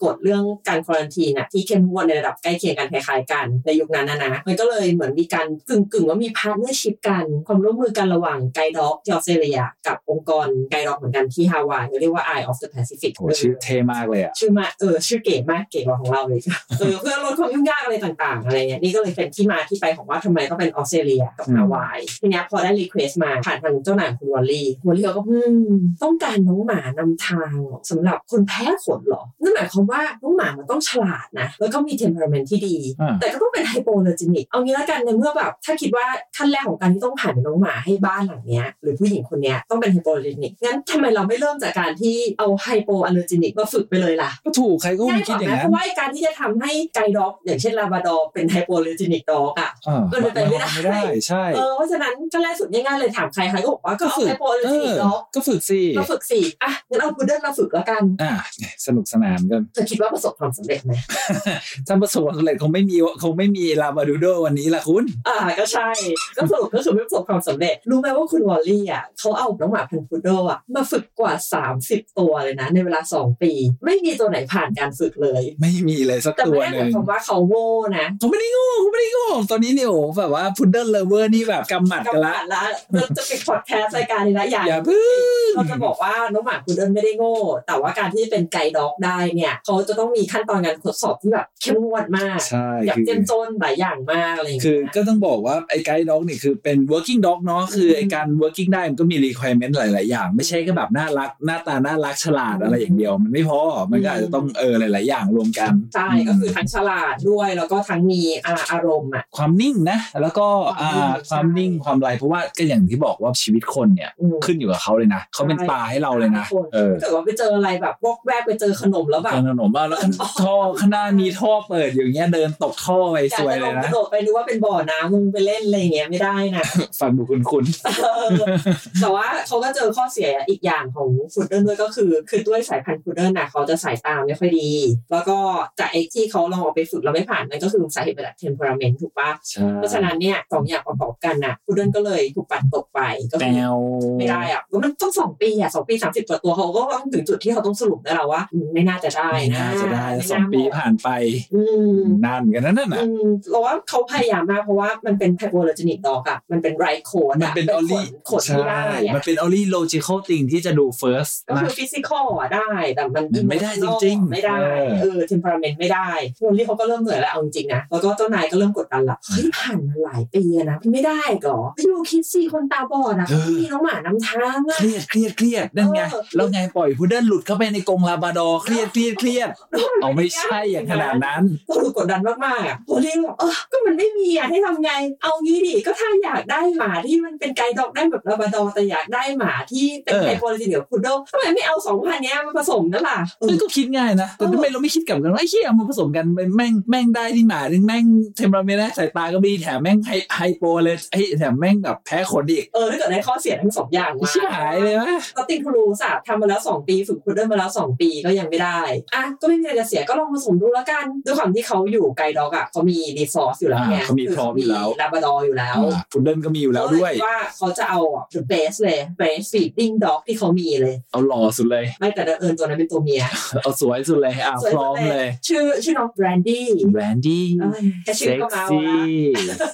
Speaker 2: กฎเรื่องการควอรันทีนอะที่เข้มงวดในระดับใกล้เคียงกันคล้ายๆกันในยุคนั้นนะนะมันก็เลยเหมือนมีการกึ่งๆว่ามีพาร์ทเนอร์ชิพกันความร่วมมือกันระหว่างไกด์ด็อกที่ออสเตรเลียกับองค์กรไกด์ด็อกเหมือนกันที่ฮาวายเรียกว่า Eye of the Pacific
Speaker 4: โหชื่อเท่มากเลยอ่ะ
Speaker 2: ชื่อมาเออชื่อเก๋มากเก๋กว่าของเราเลยเอ
Speaker 4: *laughs*
Speaker 2: อเพื่อลดความยุ่งยากอะไรต่างๆอะไรเงี้ยนี่ก็เลยเป็นที่มาที่ไปของว่าทำไมต้องเป็นออสเตรเลียกับ
Speaker 4: อืม
Speaker 2: ฮาวายทีเนี้ยพอได้รีเควสมาผ่านทางเจ้านายคุณวอลลี่วอลลี่เขาก็อืมต้องการน้องหมานำทางเหรอสำหรับคนแพ้ขนเหรอนั่นหมายความว่าน้องหมามันต้องฉลาดนะ แล้วก็มีเทมเพอร์เมนที่ดี
Speaker 4: อ่า
Speaker 2: แต่ก็ต้องเป็นไฮโปเลอร์จินิก เอางี้แล้วกันในเมื่อแบบถ้าคิดว่าขั้นแรกของการที่ต้องผ่านเป็นน้องหมาให้บ้านหลังเนี้ยหรือผู้หญิงคนเนี้ยต้องเป็นไฮโปเลอร์จินิก งั้นทำไมเราไม่เริ่มจากการที่เอาไฮโปเลอร์จินิกมาฝึกไปเลยล่ะ
Speaker 4: ก็ถูกใครก็ค
Speaker 2: ง่าง ยก
Speaker 4: คิด
Speaker 2: ว่า
Speaker 4: อ
Speaker 2: ไหมเพ
Speaker 4: ย่างนั้น
Speaker 2: ราะว่าการที่จะทำให้ไกด์ด็อก อย่างเช่นลาบราดอร์เป็นไฮโปเลอร์จินิกด็อกอ่ะ
Speaker 4: อ่า
Speaker 2: เออมันเป็นไปไม่ได้
Speaker 4: ไม่ได้ใช่
Speaker 2: เออเพราะฉะนั้นขั้นแรกสุดง่ายๆเลยถามใครใครก็บอกว่าก็
Speaker 4: ก็
Speaker 2: เอา
Speaker 4: ฝึก
Speaker 2: ไฮโปเลอร์
Speaker 4: เอ
Speaker 2: จินิ
Speaker 4: อก
Speaker 2: ด็อก
Speaker 4: ก็ฝึกสิ
Speaker 2: มาฝึกสิอ่ะงั้นเอาพุดเดิ้ลมาฝึกแล้วกัน
Speaker 4: อ่าสนุกสนานกัน
Speaker 2: เธอคิดว่าประสบความสำเร็จไหม
Speaker 4: ถ้าประสบความสำเร็จคงไม่มีคงไม่มีลาบาดูโดวันนี้ละคุณ
Speaker 2: อ่าก็ใช่ ก็สรุปก็คือไม่ประสบความสำเร็จ รู้ไหมว่าคุณวอลลี่อ่ะเขาเอาน้องหมาพันธุ์พุดเดิลอ่ะมาฝึกกว่า 30 ตัวเลยนะ ในเวลา 2 ปี ไม่มีตัวไหนผ่านการฝึกเลย
Speaker 4: ไม่มีเลยสัก
Speaker 2: แต่
Speaker 4: ตั
Speaker 2: ไม่
Speaker 4: ว
Speaker 2: ได้
Speaker 4: ห
Speaker 2: หมา
Speaker 4: นึ่
Speaker 2: ย
Speaker 4: ง
Speaker 2: ความว่าเขาโง่นะ
Speaker 4: เขาไม่ได้โง่เขาไม่ได้โง่ตอนนี้เนี่ยโอ้โหแบบว่าพุดเดิ้ลเลเวอร์นี่แบบกำหมัด
Speaker 2: ก
Speaker 4: กัน
Speaker 2: ลั
Speaker 4: ละ
Speaker 2: บละเราจะปิดพอดแคสต์รายการนี้ละอย่าง
Speaker 4: อย่าพึ่ง
Speaker 2: เราจะบอกว่าน้องหมาพุดเดิลไม่ได้โง่ แต่ว่าการที่เป็นไกด์ด็อกได้เนี่ยเขาจะต้องมีขั้นตอนการทดสอบที่แบบเข้มงวดมาก
Speaker 4: ใช่
Speaker 2: แบบ
Speaker 4: คือ
Speaker 2: เจ้มจนหลายอย่างมากอะไรอย่าง
Speaker 4: คือ
Speaker 2: เงี้ย
Speaker 4: ก็ต้องบอกว่าไอ้ไกด์ด็อกนี่คือเป็น working dog เนาะคือไอ้การ working ได้มันก็มี requirement หลาย ๆ อย่าง ไม่ใช่แค่แบบน่ารักหน้าตาน่ารักฉลาดอะไรอย่างเดียว มันไม่พอ มันก็อาจจะต้องเออหลาย ๆ อย่างรวมกัน
Speaker 2: ใช่ก็คือทั้งฉลาดด้วยแล้วก็ทั้งมีอ่าอารมณ์อ่ะ
Speaker 4: ความนิ่งนะ แล้วก็อ่า
Speaker 2: ค
Speaker 4: คาว
Speaker 2: วาม มนิ่
Speaker 4: นิ่ง
Speaker 2: ง
Speaker 4: ความอะไรเพราะว่าก็อย่างที่บอกว่าชีวิตคนเนี่ย
Speaker 2: อืม
Speaker 4: ขึ้นอยู่กับเขาเลยนะเขาเป็นตาให้เราเลยนะ
Speaker 2: ใช่คน
Speaker 4: เออ
Speaker 2: ถ้าเกิดว่าไปเจออะไรแบบวอกแวกไปเจอขนมแล้วแบบ
Speaker 4: ทางถนนบ้าน
Speaker 2: *laughs*
Speaker 4: แล้วท่อข้างหน้ามีท่อเปิดอยู่อย่างเงี้ยเดินตกท่อไป
Speaker 2: อยาก
Speaker 4: สวย
Speaker 2: จะล
Speaker 4: เล
Speaker 2: อย งก
Speaker 4: นะ
Speaker 2: *laughs* ระโดดไปดูว่าเป็นบ่อน้ำมึงไปเล่นอะไรอย่างเงี้ยไม่ได้นะ *laughs*
Speaker 4: ฟังดูคุ้นๆ
Speaker 2: เออแต่ว่าเขาก็เจอข้อเสียอีกอย่างของพุดเดิ้ลด้วยก็คือ คือด้วยสายพันธุ์พุดเดิ้ลน่ะเขาจะสายตาไม่ค่อยดี แล้วก็จากไอ้ที่เขาลองเอาไปฝึกแล้วไม่ผ่านนั่นก็คือสาเหตุมาจากเทมเพอร์เมนต์ถูกปะ
Speaker 4: ใช่
Speaker 2: เพราะฉะนั้นเนี่ยสองอย่างประกอบกันน่ะพุดเดิ้ลก็เลยถูกปัดตกไปก็
Speaker 4: แม
Speaker 2: คือ
Speaker 4: ว
Speaker 2: ไม่ได้อะก็มันต้องสองปีอะสองปีสามสิบกว่าตัวเขาก็ต้องถึงจุดที่เขาต้องสรุปได้แล้วว่าอืมไม่น่าจะได้นะ
Speaker 4: น่าจะได้
Speaker 2: ม่
Speaker 4: สองปีผ่านไป
Speaker 2: อืม
Speaker 4: นานเหมือนกันนะนั่นน่ะ
Speaker 2: อืมเราว่าเขาพยายามมากเพราะว่ามันเป็นไทโพโลจินิกดอกอะมันเป็นไรโคน
Speaker 4: มันเป็นออลี่
Speaker 2: ขนที่ได้อะ
Speaker 4: มันเป็นออลี่โลจิคอลติงที่จะดู first
Speaker 2: ก็
Speaker 4: นะ
Speaker 2: คือฟิสิกอลอะได้ แต่มัน
Speaker 4: มันไม่ได้จริงๆ
Speaker 2: ไม่ได้
Speaker 4: เออ
Speaker 2: เออเทมเพอร์เมนต์ไม่ได้วอลลี่เขาก็เริ่มเหนื่อยแล้วเอาจริงๆนะ แล้วก็เจ้านายก็เริ่มกดดันละเฮ้ยผ่านมาหลายปีอะนะไม่ได้เหรออยู่คิดสิคนตาบอดอะเขาไม่มีน้องหมานำทางอะ
Speaker 4: เครียดเครียดเครียดนั่นไง
Speaker 2: เออ
Speaker 4: แล้วไงปล่อยพุดเดิ้ลหลุดเข้าไปในกรงลาบราดอร์เครียดเครียดเครียดเอาไม่ใช่อย่างขนาดนั้น
Speaker 2: ก็คือกดดันมากๆอ่ะโอเล่บอกเออก็มันไม่มีอ่ะให้ทำไง เอางี้ดิ ก็ถ้าอยากได้หมาที่มันเป็นไกด์ด็อกได้แบบลาบราดอร์แต่อยากได้หมาที่เป็น
Speaker 4: เออ
Speaker 2: ไกด์โพลิเนียพุดเดิลทำไมไม่เอาสองพันเนี้ยมาผสมนั่นล่ะเอ
Speaker 4: เอ้
Speaker 2: อย
Speaker 4: ก็คิดง่ายนะ แต่ทำไมเราไม่คิดกลับกันว่าไอ้เชี่ยเอามาผสมกันแม่งแม่งได้ที่หมาหนึ่งแม่งเทมเปอราเมนต์นะสายตาก็ไม่ดีแถมแม่งไฮไฮโปเลยไอ้ เนี่ยแม่งแบบแพ้คนอีก
Speaker 2: เออถ้าเกิดได้ข้อเสียทั้งสองอย่างมา
Speaker 4: ชิบหายเลยวะ
Speaker 2: ก็ติงทูรูสอะทำมาแล้ว 2 ปีฝึกคูเดิลมาแล้ว 2 ปีก็ยังไม่ได้ อ่ะ ก็ไม่มีอะไรจะเสียก็ลองผสมดูแล้วกัน ด้วยความที่เขาอยู่ไกลด็อกอะเขามีรีซอสอยู่แล้วไง
Speaker 4: อ่าเขามีพร้อมอยู่แล้ว
Speaker 2: ลาบราดอร์อยู่แล้ว
Speaker 4: อ่าพุดเดิ้ลก็มีอยู่แล้วด้วย
Speaker 2: ก็เคิว่าเขาจะเอาอะ the best เลย best feeding dog ที่เขามีเลย
Speaker 4: เอาหล่อสุดเลย
Speaker 2: ไม่แต่เดินเอิญตัวนั้นเป็นตัวเมีย
Speaker 4: เอาสวยสุดเลยอ่ะ
Speaker 2: สวย
Speaker 4: พร้อม
Speaker 2: จัง
Speaker 4: เลย
Speaker 2: ชื่อชื่อน้องแบรนดี้
Speaker 4: แวนดี้
Speaker 2: แค่ชื่อ
Speaker 4: เซ็ก
Speaker 2: ก็มา
Speaker 4: ซี่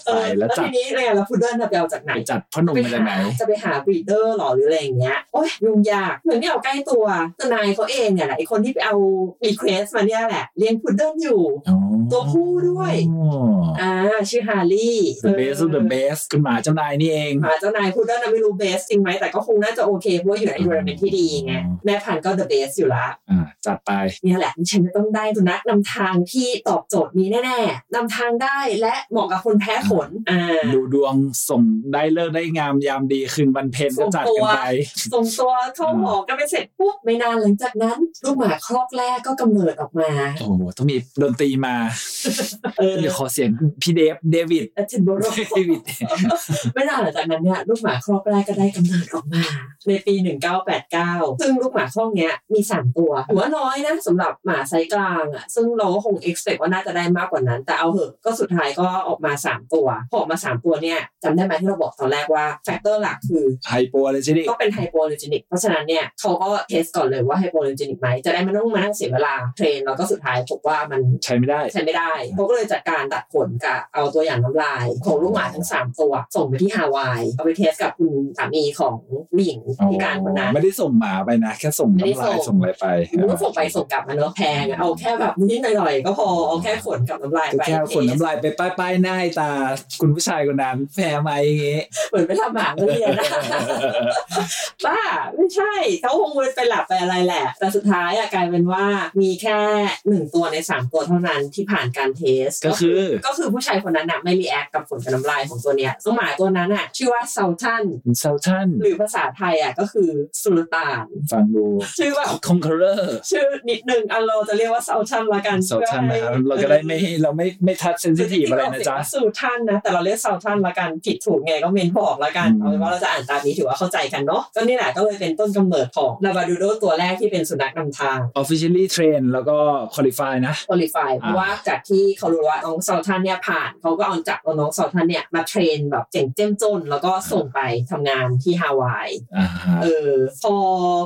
Speaker 2: เออ
Speaker 4: ใส่
Speaker 2: แล้
Speaker 4: แล้ว ว
Speaker 2: ที
Speaker 4: จัด
Speaker 2: นี้เนี่ยแล้วพุดเดิ้ลน่ะไปเอาจากไหน
Speaker 4: ไปจัดพ่อหนุ่มมาจากไหน
Speaker 2: จะไปหาบรีดเดอร์หรอหรืออะไรอย่างเงี้ย โอ้ยยุ่งยากเหมือนไม่เอาใกล้ตัวทนายเขาเองเนี่ยแหละไอคนที่ไปเอารีเควสมาเนี่ยแหละ เลี้ยงพุดเดิ้ลอยู่
Speaker 4: อ๋อ
Speaker 2: ตัวผู้ด้วย อ่า ชื่อฮาร์ลี่
Speaker 4: The best of the best คุณหมาเจ้านายนี่เอง
Speaker 2: หมาเจ้านายพุดเดิ้ลน่ะไม่รู้เบสจริงไหมแต่ก็คงน่าจะโอเคเพราะว่าอยู่ใน environment ที่ดีไงแม่พันธุ์ก็ the best อยู่ละ
Speaker 4: อ่าจัดไป
Speaker 2: เนี่ยแหละฉันจะต้องได้สุนัขนำทางที่ตอบโจทย์นี้แน่ๆนำทางได้และเหมาะกับคนแพ้ขนอ่า
Speaker 4: ดูดวงส่งได้เลิกได้งามยามดีคืนวันเพ็ญ
Speaker 2: ส่
Speaker 4: ก็
Speaker 2: ง
Speaker 4: จัด
Speaker 2: ตัว
Speaker 4: กันไป
Speaker 2: ส่งตัวเข้าหมอกันไปเสร็จปุ๊บไม่นานหลังจากนั้นลูกหมาคลอกแรกก็กำเนิดออกมา
Speaker 4: โอ้โหต้องมีดนตรีมา
Speaker 2: เออ
Speaker 4: เดี๋ยวขอเสียงพี่เดฟเดวิด
Speaker 2: อาทินโบ
Speaker 4: *laughs*
Speaker 2: โร
Speaker 4: เดวิด
Speaker 2: ไม่นานหลังจากนั้นเนี่ยลูกหมาคลอกแรกก็ได้กำเนิดออกมา ในปี 1989 ซึ่งลูกหมาคลอกเนี้ยมี 3 ตัว หัวาน้อยนะสำหรับหมาไซส์กลางอ่ะซึ่งเราก็คง expect ว่าน่าจะได้มากกว่านั้น แต่เอาเหอะก็สุดท้ายก็ออกมา 3 ตัว พอออกมา 3 ตัวเนี่ยจำได้ไหมที่เราบอกตอนแรกว่าแฟกเตอร์หลักคือ
Speaker 4: ไฮโปเลยใช่ดิ
Speaker 2: ก็เป็นไฮโปเลจินิก เพราะฉะนั้นเนี่ยเขาก็เทสก่อนเลยว่าไฮโปเลจินิกไหม จะได้ไม่ต้องมานั่งเสียเวลาเทรน แล้วก็สุดท้ายพบว่ามัน
Speaker 4: ใช้ไม่ได้
Speaker 2: ใช้ไม่ได้เขาก็เลยจัดการตัดขนกับเอาตัวอย่างน้ำลาย ของลูกหมาทั้ง 3 ตัว ส่งไปที่ฮาวาย เอาไปเทสกับคุณสามีของผู้หญิงพิการคนนั้น
Speaker 4: ไม่ได้ส่งหมาไปนะ แค่ส่ง
Speaker 2: ไม่ได้
Speaker 4: น้ำลาย
Speaker 2: ส่
Speaker 4: ส่
Speaker 2: ง
Speaker 4: งอะไรไป
Speaker 2: มันก็ส่งไปส่งกลับมาเนอะแพงอะเอาแค่แบบนิดหน่อยๆก็พอเอาแค่ขนกับน้ำลาย
Speaker 4: ก็
Speaker 2: ไป
Speaker 4: แค่คนน้ำลายไปป้ายป้ายๆหน้าให้ตา คุณผู้ชายคนนั้นแพ้ไหมอย่าง
Speaker 2: *laughs*
Speaker 4: งี้
Speaker 2: เหมือนไปทำหมาเงินเรียน
Speaker 4: *laughs*
Speaker 2: นะ บ้าไม่ใช่เขาคงไปหลับไปอะไรแหละ แต่สุดท้ายอะกลายเป็นว่ามีแค่หนึ่งตัวในสามตัวเท่านั้นที่ผ่านการเทส
Speaker 4: ก็คือ
Speaker 2: ก็คือผู้ชายคนนั้นน่ะไม่รีแอคกับผลการน้ำลายของตัวเนี้ยซึ่งหมาตัวนั้นอะชื่อว่าเซาทัน
Speaker 4: เซาทัน
Speaker 2: หรือภาษาไทยอะก็คือสุลต่าน
Speaker 4: ฟังดู
Speaker 2: ชื่อแบบ
Speaker 4: คอนเคอร์เรอร์
Speaker 2: ชื่อนิดนึงอันเราจะเรียกว่าเซาทันละกัน
Speaker 4: เซาทันนะครับเราจะได้ไม่เราไม่ไม่ทัดเซนซิทีฟอะไรนะจ๊ะ
Speaker 2: สูทันนะ แต่เราเรียกเซาทันละกันผิดถูกไงก็เมนบอกละกันเอา
Speaker 4: อืม
Speaker 2: เป็นว่าเราจะอ่านตามนี้ถือว่าเข้าใจกันเนาะก็นี่แหละก็เลยเป็นต้นกำเนิดของลาบาดูโดตัวแรกที่เป็นสุนัขนำทาง
Speaker 4: officially train แล้วก็ qualify นะ
Speaker 2: คอลิฟายเพราะว่าจากที่เขารู้ว่าน้องเซาทันเนี่ยผ่านเขาก็เอาจากน้องเซาทันเนี่ยมาเทรนแบบเจ๋งเจ้มจน แล้วก็ส่งไปทำงานที่ฮาวาย
Speaker 4: อ่าฮะ
Speaker 2: เออพอ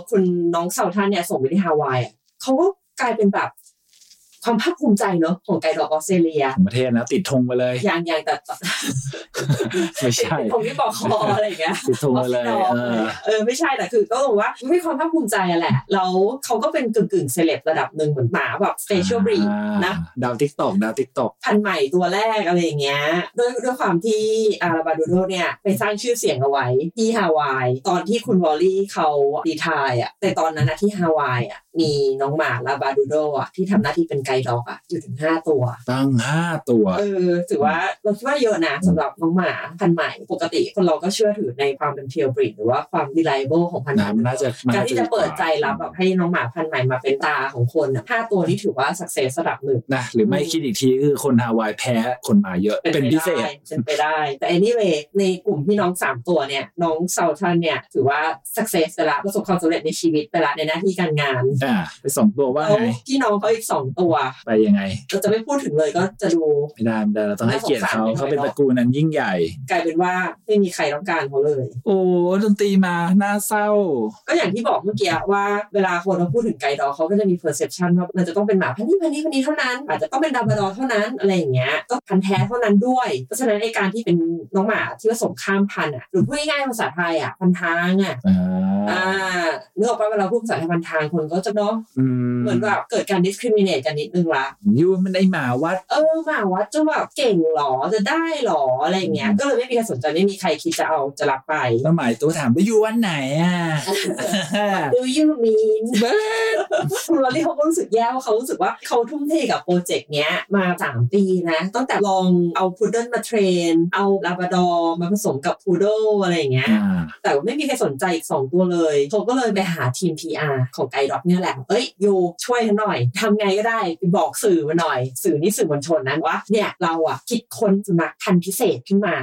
Speaker 2: คุณน้องเซาทันเนี่ยส่งไปที่ฮาวายอะเขาก็กลายเป็นแบบความภาคภูมิใจเนาะของไกด์ดอกออสเตรเลีย
Speaker 4: ของประเทศนะ ติดธงไปเลย
Speaker 2: อย่างอย่างแต่
Speaker 4: ไม่ใช่
Speaker 2: เป็น *laughs* ผมที่บอกคออะไรอย่างเงี้ย
Speaker 4: ติดธงไปเลย
Speaker 2: ออฟฟิศดอ
Speaker 4: เอ
Speaker 2: กอะไร
Speaker 4: อ
Speaker 2: เงี้ยเออไม่ใช่แต่คือก็บอกว่ามีความภาคภูมิใจอะแหละแล้วเขาก็เป็นกึ่งกึ่งเซเลบระดับหนึ่งเหมือนหมาแบบเฟเชียลบรีด
Speaker 4: อ่า
Speaker 2: นะ
Speaker 4: ดาวทิกตอกดาวทิกตอก
Speaker 2: พันธุ์ใหม่ตัวแรกอะไรอย่างเงี้ยด้วยด้วยความที่อาราบาดูโดเนี่ย ไปสร้างชื่อเสียงเอาไว้ที่ฮาวาย ตอนที่คุณวอลลี่เขาดีทายอ่ะแต่ตอนนั้นนะที่ฮาวายอ่ะมีน้องหมาลาบาดูโดอ่ะที่ทำหน้าที่เป็นไกด์ด็อกอ่ะอยู่ถึงห้าตัว
Speaker 4: ตั้งห้าตัว
Speaker 2: เออถือว่าเราคิดว่าเยอะนะสำหรับน้องหมาพันธุ์ใหม่ปกติ คนเราก็เชื่อถือในความเป็นเพียวบริดหรือว่าความ reliable ของพันธุ์
Speaker 4: นะมันน่าจะมัน
Speaker 2: การ
Speaker 4: น่า
Speaker 2: ที่จะเปิดใจรับแบบให้น้องหมาพันธุ์ใหม่มาเป็นตาของคนน่ะห้าตัวนี่ถือว่าสักเซสระดับหนึ่ง
Speaker 4: นะ หรือไม่คิดอีกทีคือคนฮาวายแพ้คนมาเยอะ เป็นพิเศษ
Speaker 2: เป็นไปได้ แต่ anyway ในกลุ่มพี่น้อง 3 ตัวเนี่ย น้องเซาทันเนี่ย ถือว่า success ไปละประสบความสำเร็จในชีวิตไปละในหน้าที่การงาน
Speaker 4: อ่า ไปสองตัวว่า
Speaker 2: แล้ว
Speaker 4: ไง
Speaker 2: พี่น้องเขาอีก 2 ตัว
Speaker 4: ไปยังไง
Speaker 2: เราจะไม่พูดถึงเลยก็จะดู
Speaker 4: ไม่ได้ไม่ได้เราต้องให้เกียรติเขา
Speaker 2: น่าสงสาร
Speaker 4: เขาเป็นตระกูลนั้นยิ่งใหญ่
Speaker 2: กลายเป็นว่าไม่มีใครต้องการเขาเลย
Speaker 4: โอ้ดนตรีมาน่าเศร้า
Speaker 2: ก็อย่างที่บอกเมื่อกี้ว่าเวลาคนเราพูดถึงไกด์ดอลเขาก็จะมี perception ว่ามันจะต้องเป็นหมาพันธุ์นี้พันธุ์นี้พันธุ์นี้เท่านั้น อาจจะต้องเป็นดาบราดอร์เท่านั้นอะไรอย่างเงี้ยก็พันธุ์แท้เท่านั้นด้วย เพราะฉะนั้นไอการที่เป็นน้องหมาที่ผสมข้ามพันธุ์อ่ะหรือพูดง่ายๆภาษาไทยอ่ะพันทางอ่ะ
Speaker 4: อ่า
Speaker 2: อ่าเนื้อออกไปเวลาพูดภาษาไทยพันทางคนก็จะเนาะ
Speaker 4: อืม
Speaker 2: เหมือนแบบเกิดการ discriminate กันนิดนึงละ
Speaker 4: ยูมันไอหมาวัด
Speaker 2: เออหมาวัดจะแบบเก่งหรอจะได้หรออะไรอย่างเงี้ย
Speaker 4: อืม
Speaker 2: ก็เลยไม่มีใครสนใจไม่มีใครคิดจะเอาจะรับไป
Speaker 4: แล้วหมายตัวถามว่ายูวันไหนอ่ะ
Speaker 2: Do you mean *laughs* คุณลอรี่เขาก็รู้สึกแย่ว่าเขารู้สึกว่าเขาทุ่มเทกับโปรเจกต์เนี้ยมา 3 ปีนะ ตั้งแต่ลองเอาพุดเดิ้ลมาเทรน เอาลาบราดอร์มาผสมกับพูด d ด e อะไรอย่างเงี้ย
Speaker 4: อ่า
Speaker 2: *laughs* แต่ว่าไม่มีใครสนใจอีกสองตัวเล เลยเขาก็เลยไปหาทีม PR ของไอด็อกเนี่ยแหละ เอ้ยยูช่วยฉันหน่อยทำไงก็ได้ไปบอกสื่อมาหน่อย สื่อนี่สื่อมวลชนนะว่าเนี่ยเราอ่ะคิดค้นสุนัขพันธุ์พิเศษขึ้นมา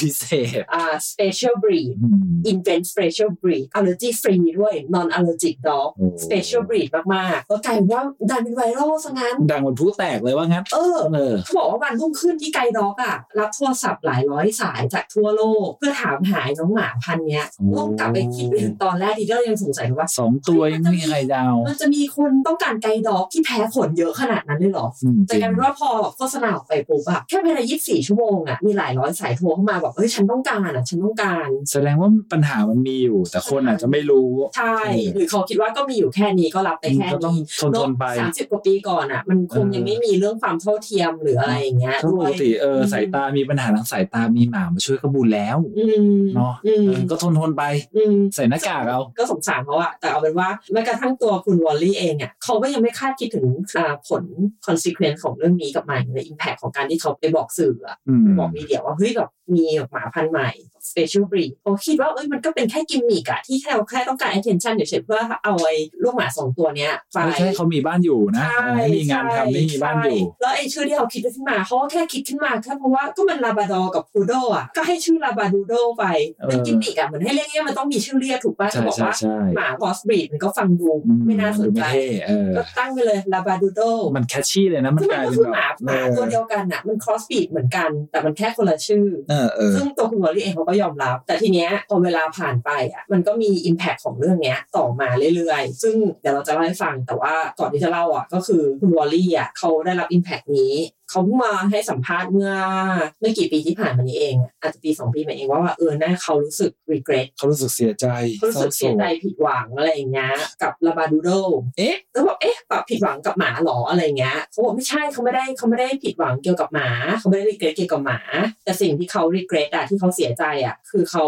Speaker 4: พิเศษ
Speaker 2: อ่า special breed
Speaker 4: อืม
Speaker 2: invent special breed allergy free ด้วย non allergic dog
Speaker 4: โอ้
Speaker 2: special breed มากๆแล้วกลายเป็นว่าดันเป็นไวรัลซะงั้น
Speaker 4: ดังเหมันผู้แตกเลยว่างั้น
Speaker 2: เออ
Speaker 4: เออ
Speaker 2: เขาบอกว่าวันรุ่งขึ้นที่ไกด็อกอะรับโทรศัพท์หลายร้อยสายจากทั่วโลก เพื่อถามหายน้องหมาพันธุ์เนี้ย
Speaker 4: โอ้
Speaker 2: ลองกลับไปคิดถึงตอนแรกที่เรายังสงสัยว่า
Speaker 4: สองตัวยังไม่มีใครดาว
Speaker 2: มันจะมีคนต้องการไกด็อกที่แพ้ผลเยอะขนาดนั้นเลยเหรอ
Speaker 4: อืมจ
Speaker 2: แต่
Speaker 4: ริง
Speaker 2: กลายเป็นว่าพอโฆษณาออกไปปุ๊บอะแค่ภายใน24 ชั่วโมงอะมีหลายร้อยสายโทรเข้ามาบอกเฮ้ยฉันต้องการอะฉันต้องการ
Speaker 4: แสดงว่าปัญหามันมีอยู่ แต่คนอาจจะไม่รู้
Speaker 2: ใช่ หรือเขาคิดว่าก็มีอยู่แค่นี้ก็รับไปแค่
Speaker 4: ก็ต้อง
Speaker 2: นี้
Speaker 4: ทนทนๆไป
Speaker 2: สามสิบกว่าปีก่อนอะมันคงยังไม่มีเรื่องความเท่าเทียมหรืออะไรอย่างเงี้ย
Speaker 4: ถ้าป
Speaker 2: ด้ว
Speaker 4: ก
Speaker 2: ย
Speaker 4: ติเออ
Speaker 2: อืม
Speaker 4: สายตามีปัญหาทางสายตามีหมามาช่วยก็บุญแล้ว
Speaker 2: อืม
Speaker 4: เนาะ
Speaker 2: อืม
Speaker 4: เออก็ทนทนๆไป
Speaker 2: อืม
Speaker 4: ใส่หน้ากากเอา
Speaker 2: ก็สงสารเขาอะแต่เอาเป็นว่าแม้กระทั่งตัวคุณวอลลี่เองอะเขาก็ยังไม่คาดคิดถึงอ่าผล consequence ของเรื่องนี้กับมันหรือ impact ของการที่เขาไปบอกสื่ออะ
Speaker 4: อืม
Speaker 2: บอกมีเดียว่า เฮ้ยแบบมีแบบหมาพันธุ์ใหม่ special breed เขาคิดว่าเอ้ยมันก็เป็นแค่กิมมิกอะที่แค่เราแค่ต้องการ attention เฉยๆเพื่อเอาไอ้ลูกหมาสองตัวเนี้ยไป
Speaker 4: ไม่ใช่เขามีบ้านอยู่นะ
Speaker 2: ใช่
Speaker 4: เออมีงานทำไม่มีบ้านอยู่
Speaker 2: ใช่แล้วไอ้ชื่อที่เขาคิดขึ้นมาเขาก็แค่คิดขึ้นมาแค่เพราะว่าก็มันลาบาดอกับพูโดอ่ะก็ให้ชื่อลาบาดูโดไป
Speaker 4: เออ
Speaker 2: เป็นกิมมิกอ่ะเหมือนให้เรียกเนี่ยมันต้องมีชื่อเรียกถูกป่ะจะ
Speaker 4: ใช่
Speaker 2: บอก
Speaker 4: ใช่
Speaker 2: ว่า
Speaker 4: ใช่
Speaker 2: หมาคอสบรีดมันก็ฟังดู
Speaker 4: อื
Speaker 2: ไม่น่าสน
Speaker 4: ดู
Speaker 2: ใจ
Speaker 4: เท่เออ
Speaker 2: ก็ตั้งไปเลยลาบาดูโด
Speaker 4: มันแคชชี่เลยนะมัน
Speaker 2: ซึ่ง
Speaker 4: ก
Speaker 2: มั
Speaker 4: ลาน ย
Speaker 2: ก็
Speaker 4: เป็น
Speaker 2: คือห
Speaker 4: แบ
Speaker 2: มา
Speaker 4: บ
Speaker 2: หมาตัวเดียวกันอ่ะมันคอสบีดเหมือนกัน แต่มันแค่คนละชื่อ
Speaker 4: เออเออ
Speaker 2: ซึ่งตัวคุณวอลลี่เองเขาก็ยอมรับ แต่ทีเนี้ยพอเวลาผ่านไปอ่ะมันก็มี Impact ของเรื่องเนี้ยต่อมาเรื่อยๆ ซึ่งเดี๋ยวเราจะเล่าให้ฟังแต่ว่าก่อนที่จะเล่าอ่ะก็คือคุณวอลลี่อ่ะเขาได้รับ Impact นี้ เขาเพิ่งมาให้สัมภาษณ์เมื่อไม่กี่ปีที่ผ่านมานี้เองอะอาจจะปีสองปีมาเองว่าว่าเออหน้าเขารู้สึก regret
Speaker 4: เขารู้สึกเสียใจ
Speaker 2: เขารู้สึกเสียใจผิดหวังอะไรอย่างเงี้ยกับลาบาดูโด
Speaker 4: เอ๊ะ
Speaker 2: แล้วบอกเอ๊ะแบบผิดหวังกับหมาเหรออะไรเงี้ยเขาบอกไม่ใช่เขาไม่ได้เขาไม่ได้ผิดหวังเกี่ยวกับหมาเขาไม่ได้รีเกรสเกี่ยวกับหมา แต่สิ่งที่เขารีเกรสอะที่เขาเสียใจอะคือเขา